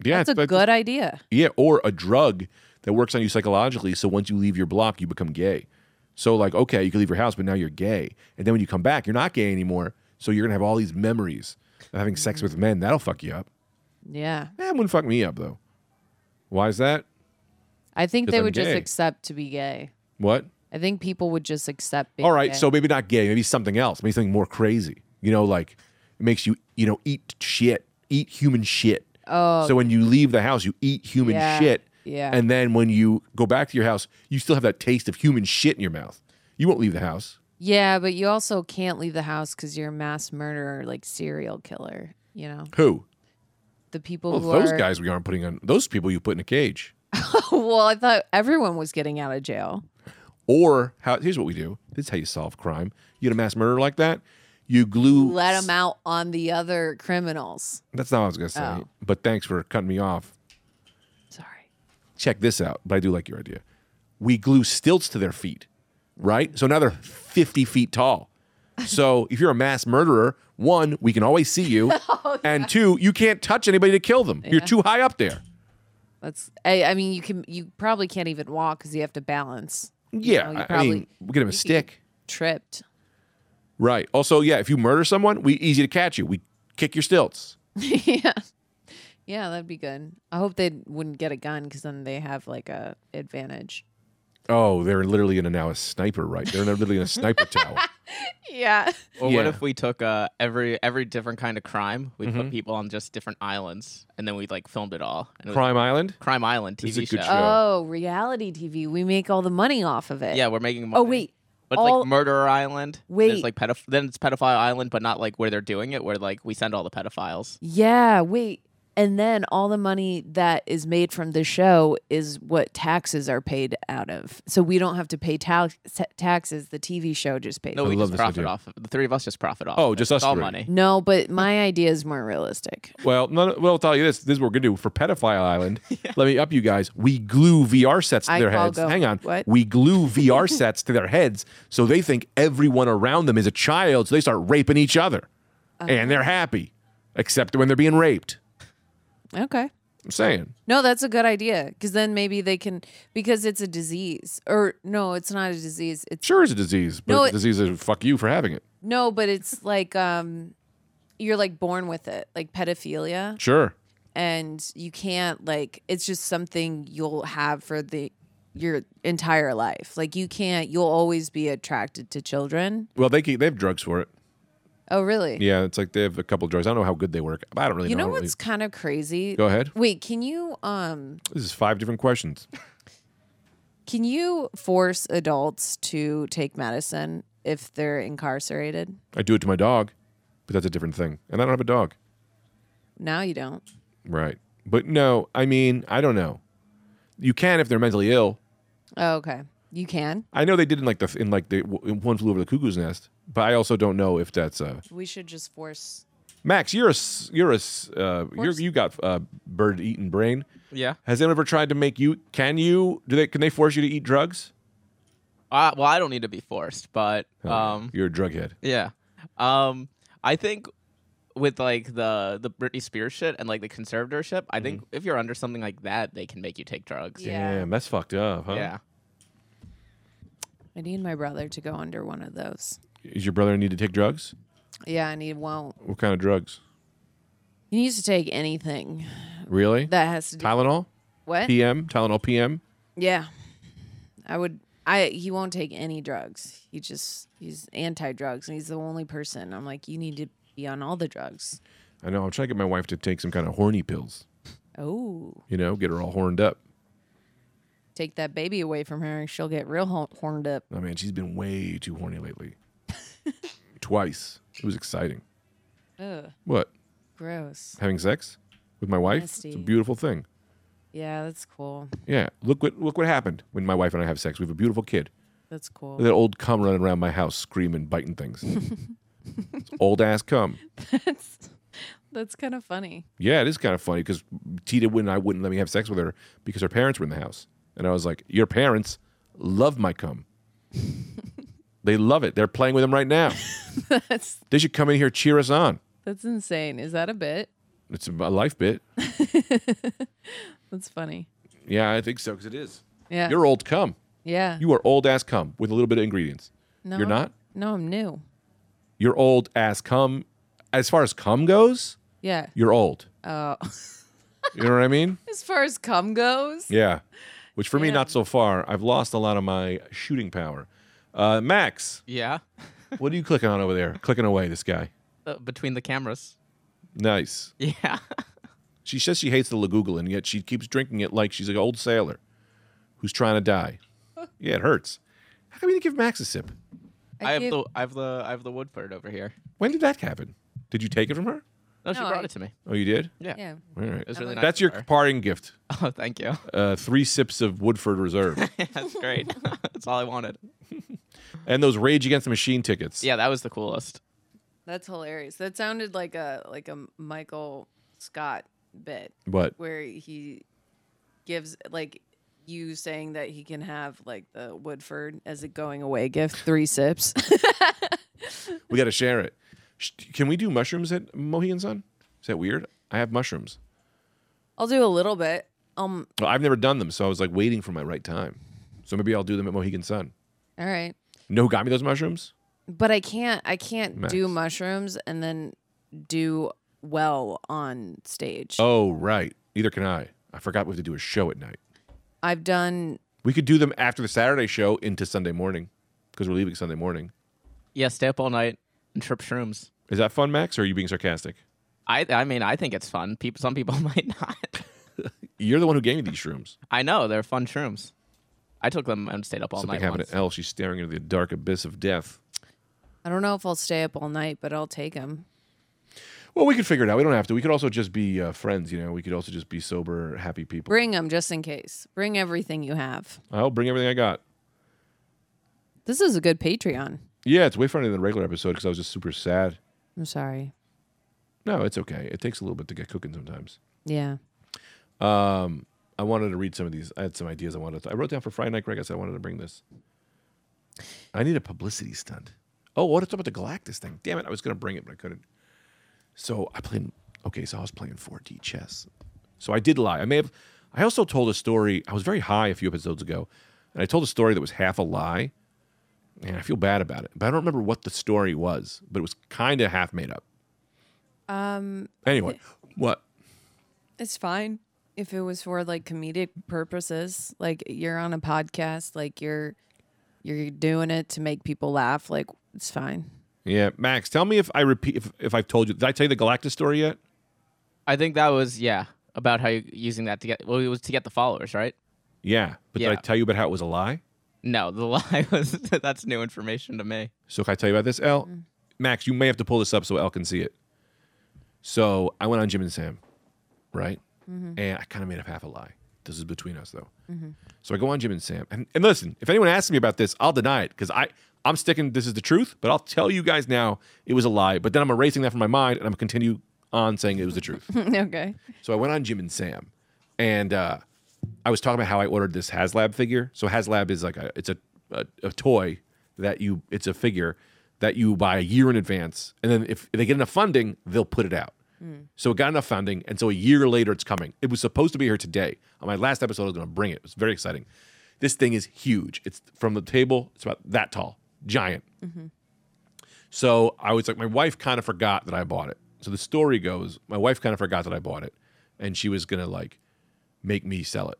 Yeah, That's a but- good idea. Yeah, or a drug that works on you psychologically. So once you leave your block, you become gay. So like, okay, you can leave your house, but now you're gay. And then when you come back, you're not gay anymore. So you're gonna have all these memories of having sex Mm. with men. That'll fuck you up. Yeah. That wouldn't fuck me up though. Why is that? I think 'Cause they I'm would just gay. accept to be gay. What? I think people would just accept being All right, gay. so maybe not gay, maybe something else, maybe something more crazy. You know, like it makes you, you know, eat shit, eat human shit. Oh. So when you leave the house, you eat human Yeah, shit. yeah. And then when you go back to your house, you still have that taste of human shit in your mouth. You won't leave the house. Yeah, but you also can't leave the house because you're a mass murderer, like serial killer. You know, Who? the people Well, who those are. guys we aren't putting on. Those people you put in a cage. [laughs] well, I thought everyone was getting out of jail. Or how? Here's what we do. This is how you solve crime. You get a mass murderer like that. You glue. Let them out on the other criminals. That's not what I was gonna say. Oh. But thanks for cutting me off. Sorry. check this out, but I do like your idea. We glue stilts to their feet, right? So now they're 50 feet tall. So [laughs] if you're a mass murderer, one, we can always see [laughs] you. Oh, And two, you can't touch anybody to kill them. You're too high up there. That's. I, I mean, you can. You probably can't even walk because you have to balance. Yeah. know, you I probably- mean, we get him a you stick. Tripped. [laughs] Right. Also, yeah, if you murder someone, we easy to catch you. We kick your stilts. yeah. Yeah, that'd be good. I hope they wouldn't get a gun because then they have like a advantage. Oh, they're literally in a now a sniper, right? They're in a- literally in a sniper tower. Yeah. Or what Yeah. if we took uh, every every different kind of crime? We Mm-hmm. put people on just different islands, and then we like filmed it all. And it [laughs] was Crime Island? Crime Island TV It's a good show. [laughs] show. Oh, reality TV. We make all the money off of it. Yeah, we're making. Money. Oh wait. but it's all like Murderer Island. Wait. it's like pedoph- then it's Pedophile Island, but not like where they're doing it, where like we send all the pedophiles. Yeah, wait. And then all the money that is made from the show is what taxes are paid out of. So we don't have to pay ta- taxes. The TV show just pays. No, it. we love just this profit idea. off. of The three of us just profit off. Oh, of it. just It's us all three. money. no, but my idea is more realistic. Well, no, no, well, I'll tell you this. This is what we're gonna do for Pedophile [laughs] Island. Let me up you guys. We glue VR sets to I their call heads. go- Hang on. what? We glue [laughs] VR sets to their heads so they think everyone around them is a child. So they start raping each other, Uh-huh. and they're happy, except when they're being raped. Okay. I'm saying. No, that's a good idea because then maybe they can because it's a disease or no, it's not a disease. It's Sure, it's a disease, but No, the it- disease is fuck you for having it. no, but it's [laughs] like um, you're like born with it, like pedophilia. Sure. and you can't like it's just something you'll have for the your entire life. Like you can't you'll always be attracted to children. Well, they keep, they have drugs for it. Oh really? Yeah, it's like they have a couple drugs. I don't know how good they work. I don't really You know. know I don't really- what's kind of crazy? Go ahead. Wait, can you um This is five different questions. can you force adults to take medicine if they're incarcerated? I do it to my dog, but that's a different thing. And I don't have a dog. Now you don't. Right. But no, I mean, I don't know. You can if they're mentally ill. Oh, okay. You can. I know they did in like the in like the in one flew over the cuckoo's nest, but I also don't know if that's uh We should just force Max. You're a s- you're a s- uh, you're, course. you got uh, bird eating brain. Yeah. Has anyone ever tried to make you? Can you? Do they? Can they force you to eat drugs? Uh, well, I don't need to be forced, but um, you're a drug head. yeah. Um, I think with like the the Britney Spears shit and like the conservatorship, I think Mm-hmm. if you're under something like that, they can make you take drugs. Yeah. Damn, that's fucked up, huh? Yeah. I need my brother to go under one of those. Is your brother need to take drugs? Yeah, and he won't. What kind of drugs? He needs to take anything Really? that has to do Tylenol, what? PM, Tylenol PM. Yeah. I would I he won't take any drugs. He just he's anti drugs and he's the only person. I'm like, you need to be on all the drugs. I know. I'm trying to get my wife to take some kind of horny pills. Oh. You know, get her all horned up. Take that baby away from her and she'll get real hor- horned up. Oh man, she's been way too horny [laughs] lately. Twice. It was exciting. Ugh, What? gross. Having sex with my wife? It's Nasty. a beautiful thing. Yeah, that's cool. Yeah. Look what look what happened when my wife and I have sex. We have a beautiful kid. That's cool. That old cum running around my house screaming, biting [laughs] things. It's old ass cum. that's that's kind of funny. [laughs] Yeah, it is kind of funny because Tita wouldn't I wouldn't let me have sex with her because her parents were in the house. And I was like, Your parents love my [laughs] cum. they love it. They're playing with them right now. That's They should come in here cheer us on. that's insane. Is that a bit? [laughs] It's a life bit. That's funny. Yeah, I think so because it is. Yeah. You're old cum. yeah. You are old ass cum with a little bit of ingredients. no, You're not. No, I'm new. You're old ass cum. As far as cum goes, Yeah. you're old. Oh, You know what I [laughs] mean? as far as cum goes, Yeah. Which for me, Yeah. not so far. I've lost a lot of my shooting power. Uh, Max, Yeah, [laughs] what are you clicking on over there? Clicking away, this guy. Uh, between the cameras. [laughs] Nice. Yeah, She says she hates the Lagoogle, and yet she keeps drinking it like she's an old sailor who's trying to [laughs] die. Yeah, it hurts. How come you didn't give Max a sip? I, have gave- the I have the I have the Woodford over here. When did that happen? Did you take it from her? No, she No, brought I- it to me. Oh, you did? Yeah. yeah. All right. Mm-hmm. It was really nice That's of your her. [laughs] parting gift. Oh, thank you. [laughs] Uh, three sips of Woodford Reserve That's [laughs] great. [laughs] That's all I wanted. and those Rage Against the Machine tickets. Yeah, that was the coolest. That's hilarious. That sounded like a like a Michael Scott bit But where he gives like you saying that he can have like the Woodford as a going away gift, three sips. [laughs] we got to share it. Sh- Can we do mushrooms at Mohegan Sun? Is that weird? I have mushrooms. I'll do a little bit. Um. Well, I've never done them, so I was like waiting for my right time. So maybe I'll do them at Mohegan Sun. All right. You know who got me those mushrooms? but I can't I can't do Max. mushrooms and then do well on stage. Oh, right. Neither can I. I forgot we have to do a show at night. I've done We could do them after the Saturday show into Sunday morning because we're leaving Sunday morning. Yeah, stay up all night and trip shrooms. Is that fun, Max, or are you being sarcastic? I I mean, I think it's fun. People, some people [laughs] might not. You're the one who gave me these shrooms. I know they're fun shrooms. I took them and stayed up all Something night. happened once. to Elle. She's staring into the dark abyss of death. I don't know if I'll stay up all night, but I'll take them. Well, we could figure it out. We don't have to. We could also just be uh, friends, you know. We could also just be sober, happy people. Bring them just in case. Bring everything you have. I'll bring everything I got. This is a good Patreon. Yeah, it's way funnier than the regular episode because I was just super sad. I'm sorry. No, it's okay. It takes a little bit to get cooking sometimes. Yeah. I wanted to read some of these. I had some ideas I wanted to. I wrote down for Friday Night Greg. I said I wanted to bring this. I need a publicity stunt. Oh, what about the Galactus thing? Damn it. I was going to bring it, but I couldn't. So I played. Okay, so I was playing 4D chess. So I did lie. I may have. I also told a story. I was very high a few episodes ago, and I told a story that was half a lie. And I feel bad about it, but I don't remember what the story was, but it was kind of half made up. Um. Anyway, what? It's fine. If it was for like comedic purposes, like you're on a podcast, like you're you're doing it to make people laugh, like it's fine. [laughs] Yeah, Max, tell me if I repeat if, if I've told you. Did I tell you the Galactus story yet? I think that was yeah about how you using that to get well it was to get the followers right. Yeah, but Yeah. did I tell you about how it was a lie? No, the [laughs] lie was that's new information to me. So can I tell you about this, L? Max, you may have to pull this up so L can see it. So I went on Jim and Sam, right? And I kind of made up half a lie. This is between us though. So I go on Jim and Sam, and, and listen, if anyone asks me about this, I'll deny it because I I'm sticking. This is the truth, but I'll tell you guys now it was a lie. But then I'm erasing that from my mind, and I'm gonna continue on saying it was the truth. okay. So I went on Jim and Sam, and uh, I was talking about how I ordered this HasLab figure. So HasLab is like a it's a, a a toy that you it's a figure that you buy a year in advance, and then if they get enough funding, they'll put it out. So it got enough funding, and so a year later, it's coming. It was supposed to be here today. On my last episode, I was going to bring it. It was very exciting. This thing is huge. It's from the table. It's about that tall, giant. So I was like, my wife kind of forgot that I bought it. So the story goes, my wife kind of forgot that I bought it, and she was gonna like make me sell it,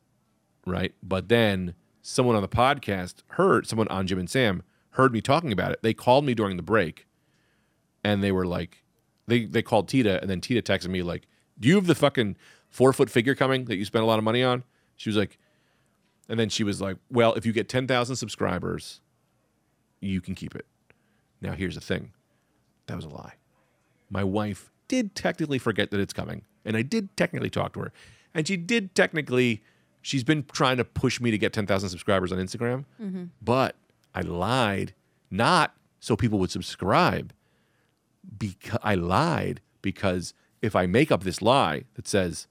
right? But then someone on the podcast heard someone on Jim and Sam heard me talking about it. They called me during the break, and they were like, they they called Tita, and then Tita texted me like, "Do you have the fucking four foot figure coming that you spent a lot of money on?" She was like, and then she was like, "Well, if you get ten thousand subscribers, you can keep it." Now, here's the thing that was a lie. My wife did technically forget that it's coming, and I did technically talk to her, and she did technically, she's been trying to push me to get 10,000 subscribers on Instagram, but I lied, not so people would subscribe. Because I lied because if I make up this lie that says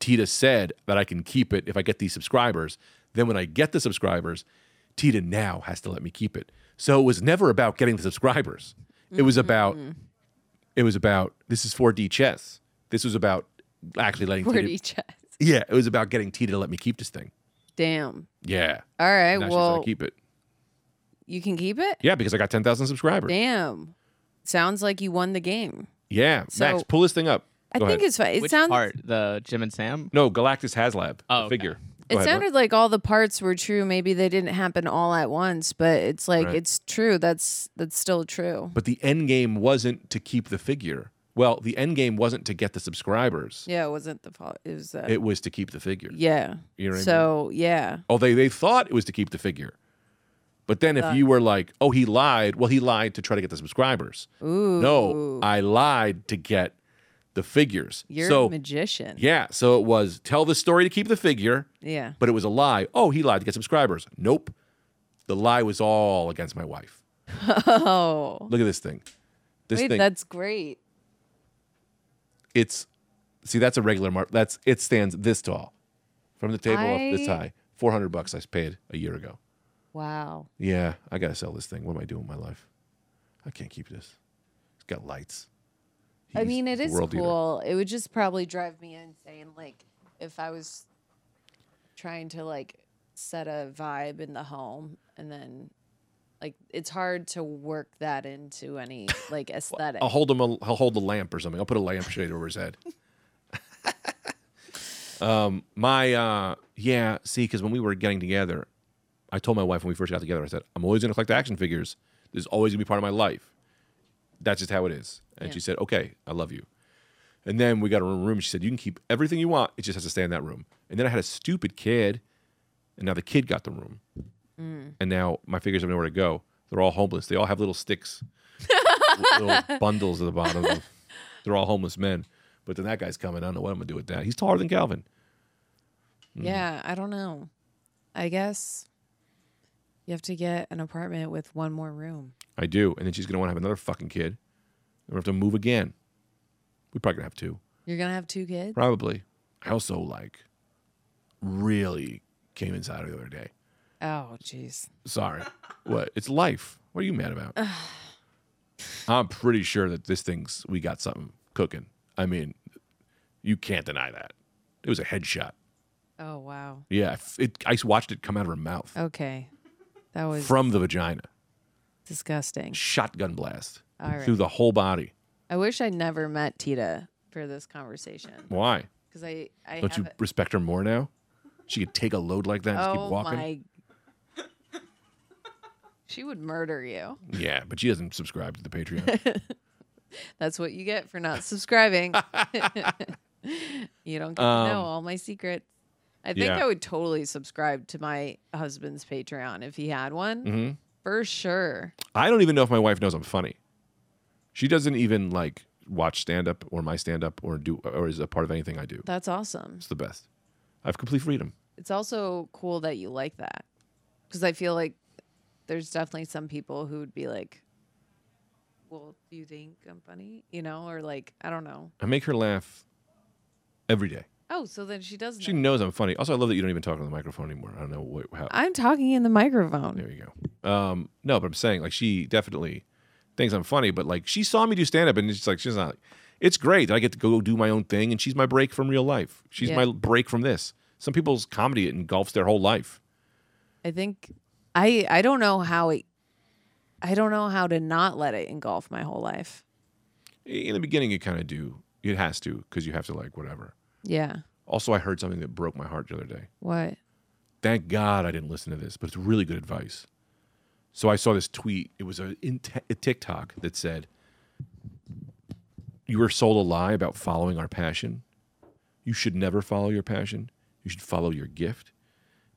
Tita said that I can keep it if I get these subscribers. Then when I get the subscribers, Tita now has to let me keep it. So it was never about getting the subscribers. It Mm-hmm. was about it was about this is 4D chess. This was about actually letting Tita Forty chest. Yeah, it was about getting Tita to let me keep this thing. Damn. Yeah, All right. now she's well, gonna keep it. you can keep it. Yeah, because I got ten thousand subscribers. Damn. Sounds like you won the game. Yeah, Max, So- pull this thing up. I Go think ahead. it's fine. It Which sounds. part? The Jim and Sam? no Galactus Haslab Oh, the okay. figure. It Go ahead, sounded like all the parts were true. Maybe they didn't happen all at once, but it's like Right. it's true. That's that's still true. but the end game wasn't to keep the figure. Well, the end game wasn't to get the subscribers. Yeah, it wasn't the fault. It was. Uh, It was to keep the figure. yeah. You know what I mean? so yeah. Oh, they they thought it was to keep the figure. But then if you were like, "Oh, he lied." Well, he lied to try to get the subscribers. Ooh. No, I lied to get the figures. You're so a magician. yeah, so it was tell the story to keep the figure, [laughs] Yeah. but it was a lie. Oh, he lied to get subscribers. Nope. The lie was all against my wife. [laughs] Oh. Look at this thing. This Wait, thing. that's great. it's see that's a regular mark that's it stands this tall from the table up this I- high 400 bucks i paid a year ago Wow. yeah i gotta sell this thing what am i doing with my life i can't keep this it's got lights I He's mean, it the is world eater. cool. It would just probably drive me insane. Like if I was trying to like set a vibe in the home, and then like it's hard to work that into [laughs] any like aesthetic. i'll hold him a, i'll hold the lamp or something i'll put a lampshade over his head um my uh yeah see because when we were getting together i told my wife when we first got together i said i'm always gonna collect action figures this is always gonna be part of my life that's just how it is and Yeah. she said okay i love you And then we got a room. She said, You can keep everything you want. It just has to stay in that room. And then I had a stupid kid. And now the kid got the room. And now my figures have nowhere to go. They're all homeless. They all have little sticks, little bundles at the bottom. Of them. They're all homeless men. But then that guy's coming. I don't know what I'm going to do with that. He's taller than Calvin. hmm. yeah, I don't know. I guess you have to get an apartment with one more room. I do. And then she's going to want to have another fucking kid. And we're going to have to move again. We're probably going to have two. You're gonna have two kids. Probably. I also like really came inside her the other day. Oh, jeez. Sorry. what? It's life. What are you mad about? I'm pretty sure that this thing's we got something cooking. I mean, you can't deny that. It was a headshot. Oh, wow. Yeah, f- it, I watched it come out of her mouth Okay, that was from the vagina. disgusting. Shotgun blast All right. through the whole body. I wish I never met Tita for this conversation. Why? because I, I Don't have you a- respect her more now? She could take a load like that and just keep oh walking. my she would murder you Yeah, but she doesn't subscribe to the [laughs] Patreon. that's what you get for not subscribing [laughs] you don't get to know all my secrets i think Um, yeah. i would totally subscribe to my husband's patreon if he had one Mm-hmm. for sure I don't even know if my wife knows I'm funny. She doesn't even like watch stand up or my stand up or do or is a part of anything I do. that's awesome It's the best. I have complete freedom. it's also cool that you like that because i feel like there's definitely some people who would be like well do you think i'm funny you know or like i don't know I make her laugh every day. oh so then she does She know. knows I'm funny. Also, I love that you don't even talk on the microphone anymore. I don't know what, how. I'm talking in the microphone. There you go. Um, no, but I'm saying like she definitely thinks I'm funny, but like she saw me do stand up and it's like she's not. It's great that I get to go do my own thing, and she's my break from real life. She's Yeah. my break from this. Some people's comedy engulfs their whole life. I think I I don't know how it I don't know how to not let it engulf my whole life. in the beginning you kind of do it has to because you have to like whatever Yeah. also i heard something that broke my heart the other day What? thank god i didn't listen to this but it's really good advice so i saw this tweet it was a, in- a tiktok that said you were sold a lie about following our passion you should never follow your passion you should follow your gift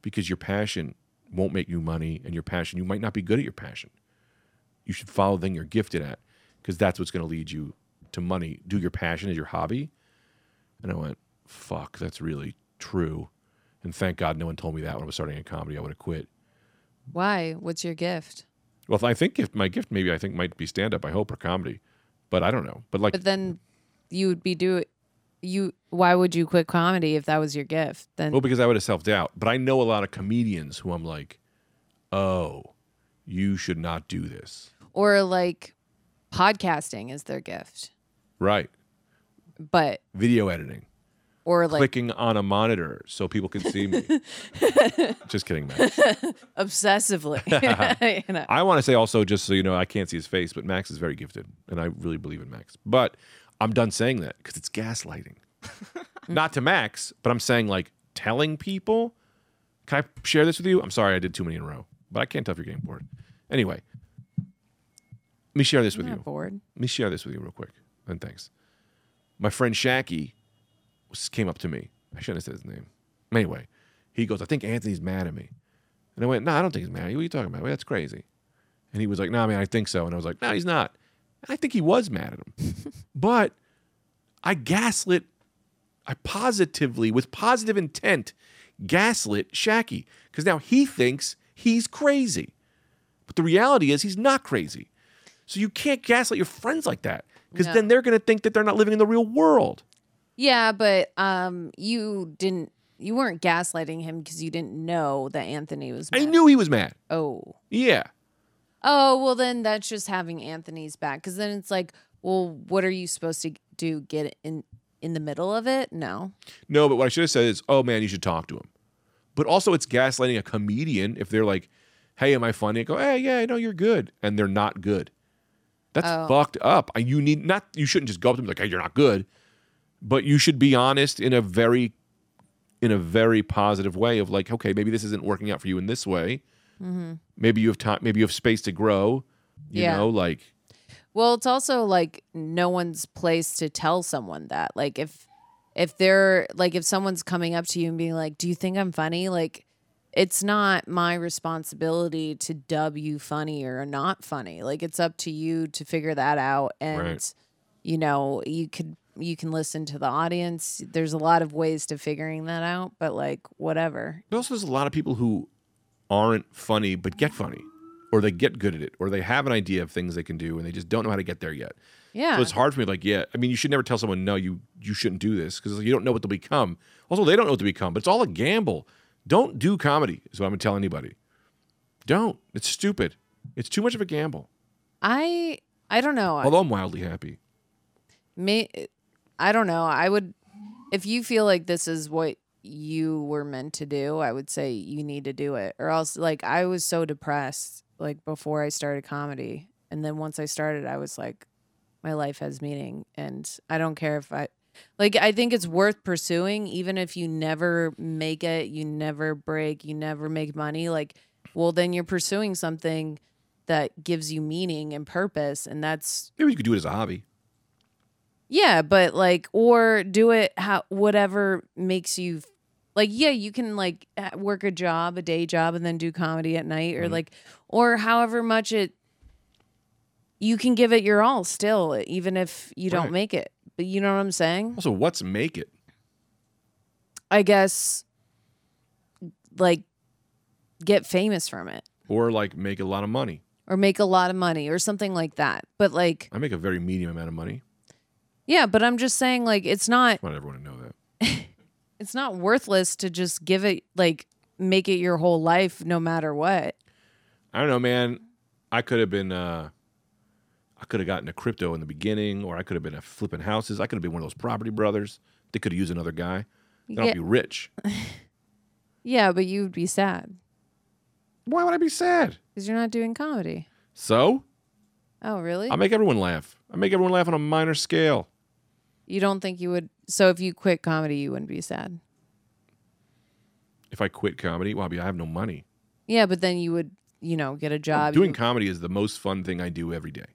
because your passion won't make you money and your passion you might not be good at your passion you should follow the thing you're gifted at because that's what's going to lead you to money do your passion as your hobby and i went fuck that's really true and thank god no one told me that when i was starting in comedy i would have quit Why? What's your gift? well if i think if my gift maybe i think might be stand up i hope or comedy but i don't know but like But then you would be do you why would you quit comedy if that was your gift? Then Well, because I would have self doubt. But I know a lot of comedians who I'm like, oh, you should not do this. or like podcasting is their gift. Right. But Video editing. or like clicking on a monitor so people can see [laughs] me. just kidding, Max. [laughs] obsessively. [laughs] you know. I want to say also, just so you know, I can't see his face, but Max is very gifted, and I really believe in Max. But I'm done saying that because it's gaslighting. Not to Max, but I'm saying like telling people. Can I share this with you? I'm sorry, I did too many in a row, but I can't tell if you're getting bored. Anyway, let me share this with I'm you. not bored. Let me share this with you real quick. And thanks. My friend Shacky was- came up to me. I shouldn't have said his name. Anyway, he goes, I think Anthony's mad at me. And I went, No, I don't think he's mad at you. What are you talking about? That's crazy. And he was like, No, nah, man, I think so. And I was like, No, he's not. And I think he was mad at him. but I gaslit, I positively, with positive intent, gaslit Shacky because now he thinks he's crazy. But the reality is he's not crazy. So you can't gaslight your friends like that because No. then they're going to think that they're not living in the real world. Yeah, but um, you didn't. You weren't gaslighting him because you didn't know that Anthony was. I mad. knew he was mad. Oh. Yeah. Oh well, then that's just having Anthony's back because then it's like, well, what are you supposed to do? Get in in the middle of it? No. No, but what I should have said is, oh man, you should talk to him. But also, it's gaslighting a comedian if they're like, hey, am I funny? I go, hey, yeah, I know you're good. And they're not good. That's Oh. fucked up. I- You need not, you shouldn't just go up to them like, hey, you're not good. But you should be honest in a very, in a very positive way of like, okay, maybe this isn't working out for you in this way. Maybe you have time, maybe you have space to grow. You Mm-hmm. Yeah. know, like, Well, it's also like no one's place to tell someone that. Like if if they're like if someone's coming up to you and being like, "Do you think I'm funny?" Like it's not my responsibility to dub you funny or not funny. Like it's up to you to figure that out and Right. you know, you could you can listen to the audience. There's a lot of ways to figuring that out, but like whatever. But also, there's a lot of people who aren't funny but get funny, or they get good at it, or they have an idea of things they can do and they just don't know how to get there yet. Yeah. So it's hard for me. Like, yeah, I mean, you should never tell someone no, you you shouldn't do this because you don't know what they'll become. Also, they don't know what to become, but it's all a gamble. Don't do comedy is what I'm gonna tell anybody. Don't. It's stupid. It's too much of a gamble. I I don't know. Although I'm wildly happy. May I don't know. I would if you feel like this is what you were meant to do, I would say you need to do it. Or else like I was so depressed like before I started comedy. And then once I started, I was like my life has meaning and I don't care if I like I think it's worth pursuing even if you never make it, you never break, you never make money like well then you're pursuing something that gives you meaning and purpose and that's Maybe you could do it as a hobby. yeah, but like, or do it how whatever makes you f- like. Yeah, you can like ha- work a job, a day job, and then do comedy at night, or like, or however much it you can give it your all still, even if you don't Right. make it. But you know what I'm saying? Also, what's make it? I guess like get famous from it, Or like make a lot of money. or make a lot of money, or something like that. But like, I make a very medium amount of money. yeah, but I'm just saying, like, it's not I want everyone to know that. it's not worthless to just give it like make it your whole life no matter what I don't know, man. I could have been, uh, I could have gotten into crypto in the beginning, or I could have been a flipping houses. I could have been one of those property brothers. They could have used another guy. Then Yeah. I'll be rich. yeah but you would be sad Why would I be sad? because you're not doing comedy So oh really I make everyone laugh. I make everyone laugh on a minor scale. you don't think you would so if you quit comedy you wouldn't be sad If I quit comedy, well, I, mean, I have no money. yeah but then you would you know get a job Doing you- comedy is the most fun thing I do every day.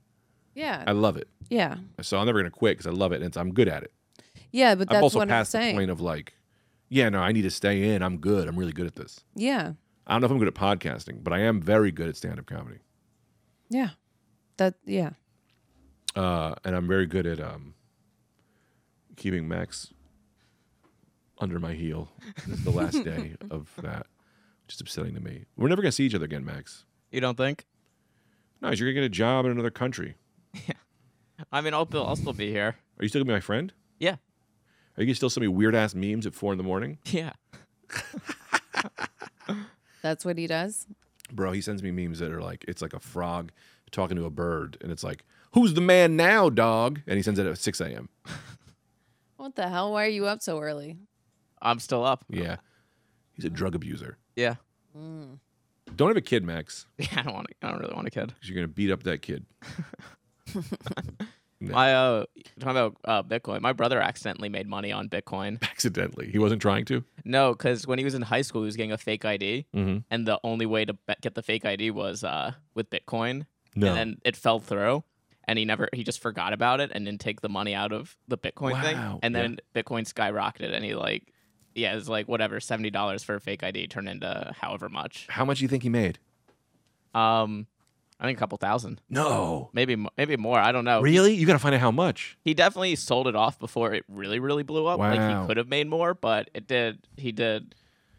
yeah I love it. yeah So I'm never gonna quit because I love it and it's, I'm good at it. yeah but I've that's also what i'm passed the saying point of like, yeah, no, I need to stay in. I'm good. I'm really good at this. yeah I don't know if I'm good at podcasting, but I am very good at stand up comedy. yeah that yeah uh, and I'm very good at um, keeping Max under my heel. This is the last day of that, which is upsetting to me. We're never gonna see each other again, Max. You don't think? No, you're gonna get a job in another country. I mean, I'll, be- I'll still be here. Are you still gonna be my friend? Yeah. [laughs] Are you gonna still send me weird ass memes at four in the morning, Yeah. that's what he does bro? He sends me memes that are like it's like a frog talking to a bird, and it's like, "Who's the man now, dog?" And he sends it at six a.m. What the hell? Why are you up so early? I'm still up. Yeah. He's a drug abuser. Yeah. Don't have a kid, Max, Yeah, [laughs] I don't want to. I don't really want a kid. because you're going to beat up that kid. [laughs] Yeah. My uh, talking about uh, Bitcoin. My brother accidentally made money on Bitcoin. Accidentally. He wasn't trying to. No, because when he was in high school, he was getting a fake ID, Mhm. and the only way to be- get the fake ID was uh with Bitcoin. No. And then it fell through, and he never. He just forgot about it and didn't take the money out of the Bitcoin Wow. thing. And Yeah. then Bitcoin skyrocketed, and he like, yeah, it was like whatever, seventy dollars for a fake ID turned into however much. How much do you think he made? Um, I think a couple thousand, No. maybe mo- maybe more. I don't know. Really? You got to find out how much. he definitely sold it off before it really really blew up like Wow. he could have made more but it did he did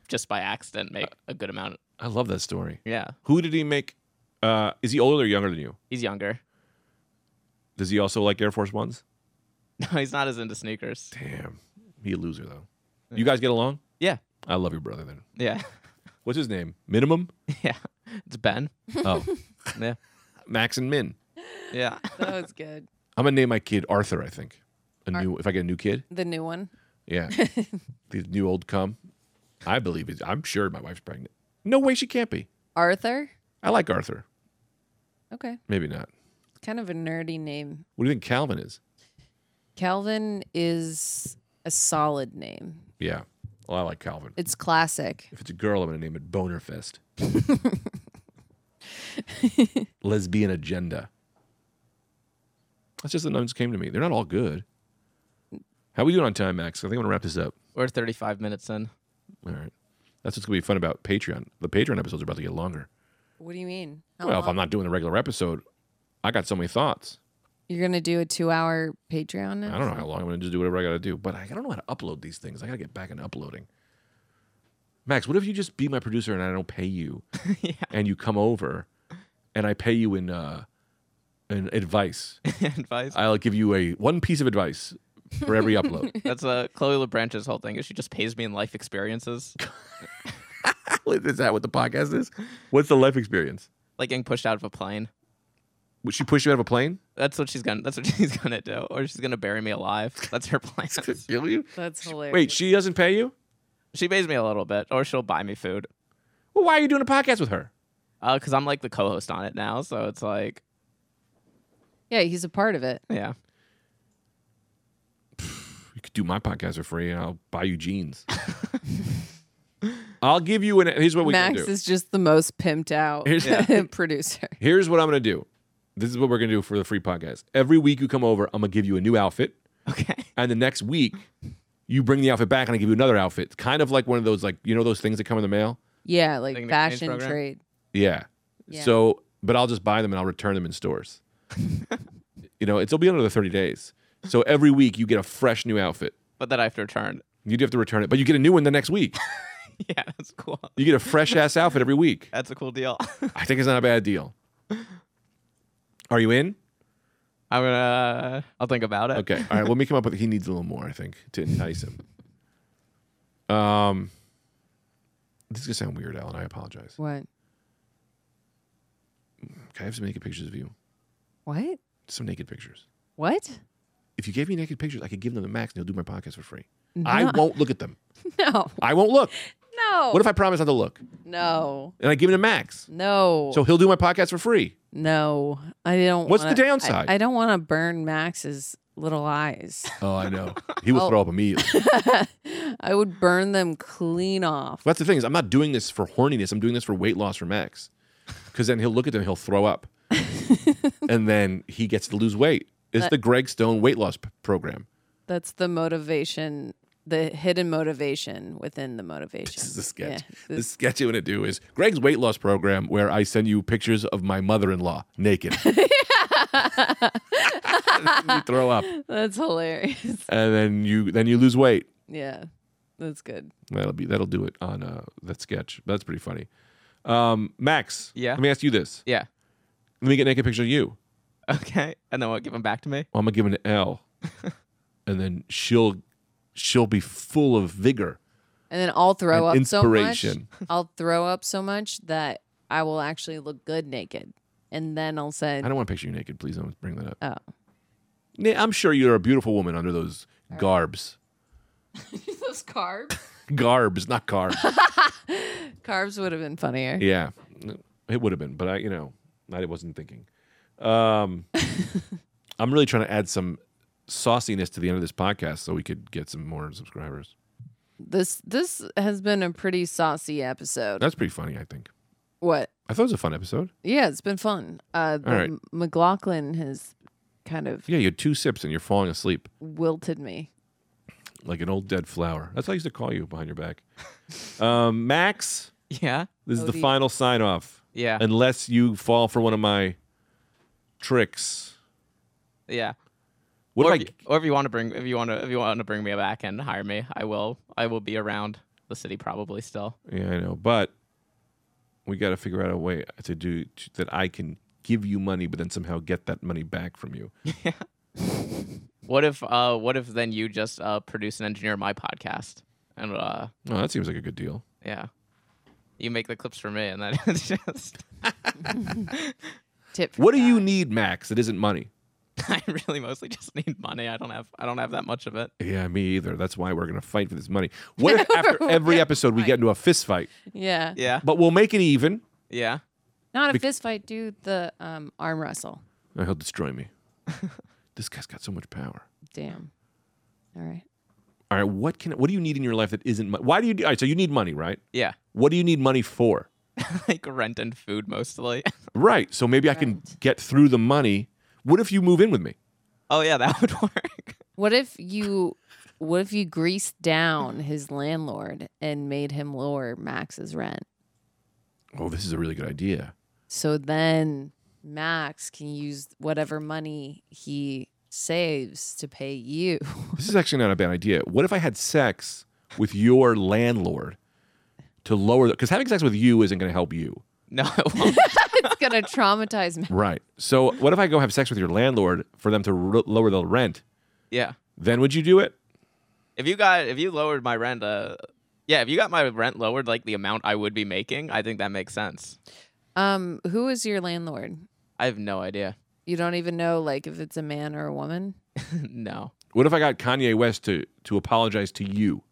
just by accident make a good amount I love that story. yeah Who did he make? Uh, is he older or younger than you? he's younger [laughs] Does he also like Air Force Ones? no he's not as into sneakers Damn. He a loser, though. You guys get along? yeah I love your brother, then. yeah [laughs] What's his name? [laughs] Minimum? yeah it's ben Oh, yeah Max and Min. yeah That was good. I'm going to name my kid Arthur, I think. A new, if I get a new kid, The new one. yeah, the new old cum. I believe it. I'm sure my wife's pregnant. No way she can't be. Arthur? I like Arthur. Okay. Maybe not. Kind of a nerdy name. What do you think Calvin is? Calvin is a solid name. Yeah. Well, I like Calvin. It's classic. If it's a girl, I'm going to name it Bonerfest. Lesbian agenda. That's just the numbers that came to me. They're not all good. How we doing on time, Max? I think I'm going to wrap this up. we're 35 minutes in [laughs] All right. That's what's going to be fun about Patreon. The Patreon episodes are about to get longer. What do you mean? How Well, if long- I'm not doing the regular episode, I got so many thoughts. You're going to do a two hour Patreon now? I don't know how long I'm going to just do whatever I got to do, but I don't know how to upload these things. I got to get back into uploading. Max, what if you just be my producer and I don't pay [laughs] you, and you come over, and I pay you in uh, in [laughs] advice? advice I'll give you a one piece of advice for every [laughs] upload. that's uh, chloe lebranche's whole thing is she just pays me in life experiences is that what the podcast is? What's the life experience? like getting pushed out of a plane Would she push you out of a plane? that's what she's gonna that's what [laughs] she's gonna do or she's gonna bury me alive that's her [laughs] plan [laughs] Kill you? That's hilarious. Wait, she doesn't pay you? she pays me a little bit or she'll buy me food Well, why are you doing a podcast with her? because I'm like the co-host on it now, so it's like, Yeah, he's a part of it. yeah, [laughs] you could do my podcast for free and I'll buy you [laughs] jeans. I'll give you an here's what we can Max do. is just the most pimped out Here's- Yeah. [laughs] producer. here's what I'm gonna do. This is what we're gonna do for the free podcast. Every week you come over, I'm gonna give you a new outfit. okay, And the next week you bring the outfit back and I give you another outfit. Kind of like one of those like you know those things that come in the mail? Yeah, like Like an exchange fashion program? trade. Yeah. Yeah. So but I'll just buy them and I'll return them in stores. you know, it'll be another 30 days. So every week you get a fresh new outfit. but then I have to return. [laughs] You do have to return it, but you get a new one the next week. Yeah, that's cool. You get a fresh ass outfit every week. That's a cool deal. [laughs] I think it's not a bad deal. Are you in? I'm gonna, uh, I'll think about it. Okay. All right. Let me come up with. He needs a little more, I think, to entice him. Um, this is gonna sound weird, Alan. I apologize. What? Okay, I have some naked pictures of you. What? Some naked pictures. What? [laughs] If you gave me naked pictures, I could give them to Max, and he'll do my podcast for free. I won't look at them. No. I won't look. No. What if I promise not to look? No. And I give it to Max, No. so he'll do my podcast for free. no. I don't. What's the wanna- I- downside? I, don't want to burn Max's little eyes. [laughs] Oh, I know. He will Oh. throw up immediately. I would burn them clean off. That's the thing is I'm not doing this for horniness. I'm doing this for weight loss for Max, because then he'll look at them, he'll throw up, and then he gets to lose weight. It's That- the Greg Stone weight loss p- program. That's the motivation, the hidden motivation within the motivation. This is a sketch. Yeah, the sketch I'm gonna do is Greg's weight loss program, where I send you pictures of my mother-in-law naked. [laughs] you throw up, and [laughs] That's hilarious. [laughs] then you then you lose weight. Yeah. That's good. That'll be that'll do it on uh, that sketch. That's pretty funny. Um, Max, Yeah? Let me ask you this. Yeah. Let me get a naked picture of you. Okay. And then what? Give them back to me. I'm gonna give an L, and then she'll she'll be full of vigor. And then I'll throw And up so much. inspiration. [laughs] I'll throw up so much that I will actually look good naked. And then I'll I send don't want to picture you naked. Please don't bring that up. Oh. Nah, I'm sure you're a beautiful woman under those Garbs. [laughs] Those carbs. Garbs, not carbs. Carbs would have been funnier. yeah. It would have been, but I, you know, I wasn't thinking. Um, I'm really trying to add some sauciness to the end of this podcast so we could get some more subscribers. This this has been a pretty saucy episode. That's pretty funny, I think. What? I thought it was a fun episode. Yeah, it's been fun. Uh, the All right. M- McLaughlin has kind of Yeah, you had two sips and you're falling asleep wilted me. like an old dead flower. That's how I used to call you behind your back. [laughs] Um, Max, Yeah. this is the OD. final sign off. Yeah. Unless you fall for one of my tricks. yeah. What or, if if I, you, or if you want to bring if you want to if you want to bring me back and hire me, I will. I will be around the city probably still. Yeah, I know, but we got to figure out a way to do to, that. I can give you money, but then somehow get that money back from you. What if uh what if then you just uh produce and engineer my podcast and uh Oh, that seems like a good deal. yeah. You make the clips for me and then [laughs] it's just Tip. for What do tat. you need, Max? That isn't money. I really mostly just need money. I don't have I don't have that much of it. Yeah, me either. That's why we're gonna fight for this [laughs] money. What if after every episode we get into a fist fight? Yeah. Yeah. But we'll make it even. Yeah. Not a fist fight, do the um, arm wrestle. Oh, he'll destroy me. [laughs] this guy's got so much power. Damn. All right. All right, what can? What do you need in your life that isn't? Mo- why do you? All right, so you need money, right? Yeah. [laughs] What do you need money for? like rent and food mostly. [laughs] Right. So maybe I can Right. get through the money. What if you move in with me? oh yeah, that would [laughs] work. What if you what if you greased down his landlord and made him lower Max's rent? Oh, this is a really good idea. So then Max can use whatever money he saves to pay you. [laughs] This is actually not a bad idea. What if I had sex with your landlord to lower the because having sex with you isn't going to help you. No, it won't. [laughs] it's gonna traumatize Max. Right. So what if I go have sex with your landlord for them to r- lower the rent? yeah. Then would you do it? If you got if you lowered my rent, uh, yeah, if you got my rent lowered like the amount I would be making, I think that makes sense. Um, who is your landlord? I have no idea. [laughs] You don't even know like if it's a man or a woman. no. What if I got Kanye West to to apologize to you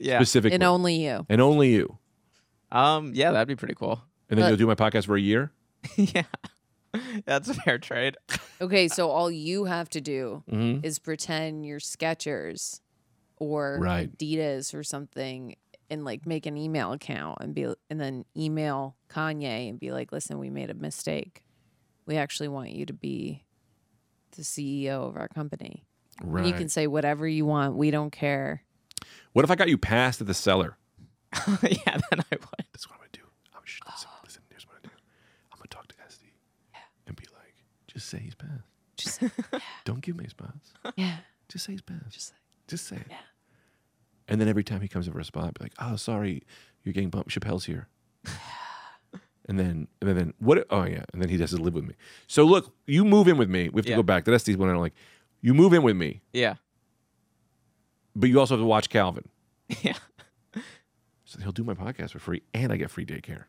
Yeah. specifically And only you. and only you, Um. Yeah, that'd be pretty cool. [laughs] and then But- you'll do my podcast for a year? yeah. [laughs] That's a fair trade. [laughs] Okay, so all you have to do Mm-hmm. is pretend you're Skechers or Right. Adidas or something and like make an email account and be and then email Kanye and be like, "Listen, we made a mistake. We actually want you to be the CEO of our company. Right. And you can say whatever you want. We don't [laughs] care." what if I got you passed at the cellar? yeah, then I would. That's what I'm gonna do. I'm [gasps] just listen, listen, here's what I do. I'm gonna talk to SD and be like, just say he's passed. [laughs] Just say, Don't give me his [laughs] pass. yeah. Just say he's passed. Just Just say it. Yeah. And then every time he comes over a spot, I'd be like, oh, sorry, you're getting bumped. Chappelle's here. and then, and then what? Oh yeah. And then he has to live with me. So look, you move in with me. We have to Yeah. go back. That's the one I don't like. You move in with me, Yeah. but you also have to watch Calvin. [laughs] Yeah. So he'll do my podcast for free, and I get free daycare.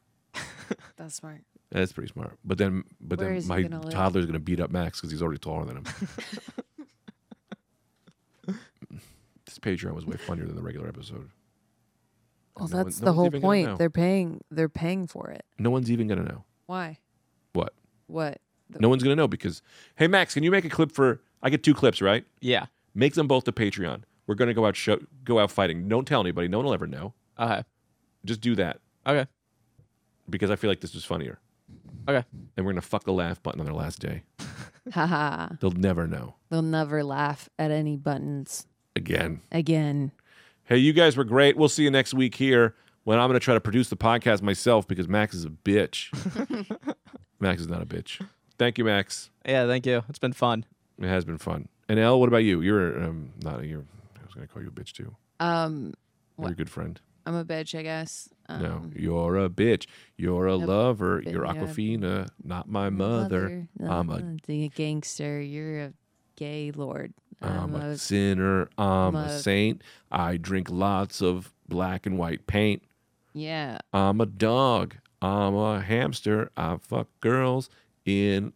that's smart. That's pretty smart. But then, but Where then is he my gonna live? toddler's gonna beat up Max because he's already taller [laughs] than him. this Patreon was way funnier than the regular episode. Well, No one- that's no the one's whole even gonna know. point. They're paying. They're paying for it. No one's even gonna know Why? what. [laughs] What? No one's gonna know because hey Max, can you make a clip for? I get two clips, right? Yeah. Make them both to Patreon. We're gonna go out show, go out fighting. Don't tell anybody. No one will ever know. Okay. Just do that Okay. because I feel like this was funnier. Okay. And we're gonna fuck the laugh button on their last day. Haha. They'll never know They'll never laugh at any buttons again. again. Hey, you guys were great. We'll see you next week here when I'm going to try to produce the podcast myself because Max is a [laughs] bitch. Max is not a bitch. Thank you, Max. Yeah. Thank you. It's been fun. It has been fun. And Elle, what about you? You're um, not. You're. I was going to call you a bitch too. Um, You're a good friend. I'm a bitch, I guess. Um, no, you're a bitch. You're a lover. You're yeah. Aquafina, not my mother. I'm a. the gangster. You're a gay lord. Um, I'm a sinner. I'm a a- saint. I drink lots of black and white paint. yeah. I'm a dog. I'm a hamster. I fuck girls in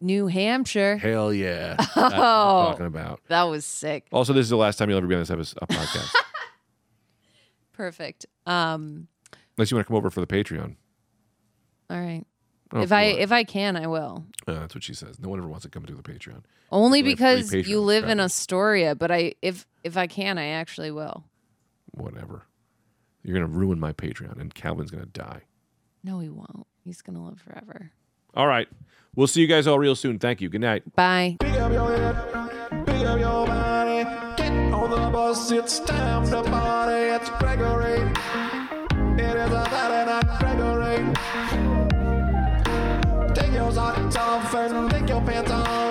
New Hampshire. Hell yeah. That's what I'm Oh. talking about. That was sick. Also, this is the last time you'll ever be on this episode a podcast. Perfect. Um, Unless you want to come over for the Patreon. all right. Oh, if I Lord. if I can, I will. Uh, that's what she says. No one ever wants to come to the Patreon. Only Only have because three you Patreon live in subscribers. Astoria, but I if if I can, I actually will. Whatever. You're gonna ruin my Patreon, and Calvin's gonna die. No, he won't. He's gonna live forever. All right. We'll see you guys all real soon. Thank you. Good night. Bye. Pick up your head, pick up your body. Get on the bus, it's time to party. It's Gregory. It is a Friday night, Gregory. Take your socks off and take your pants off.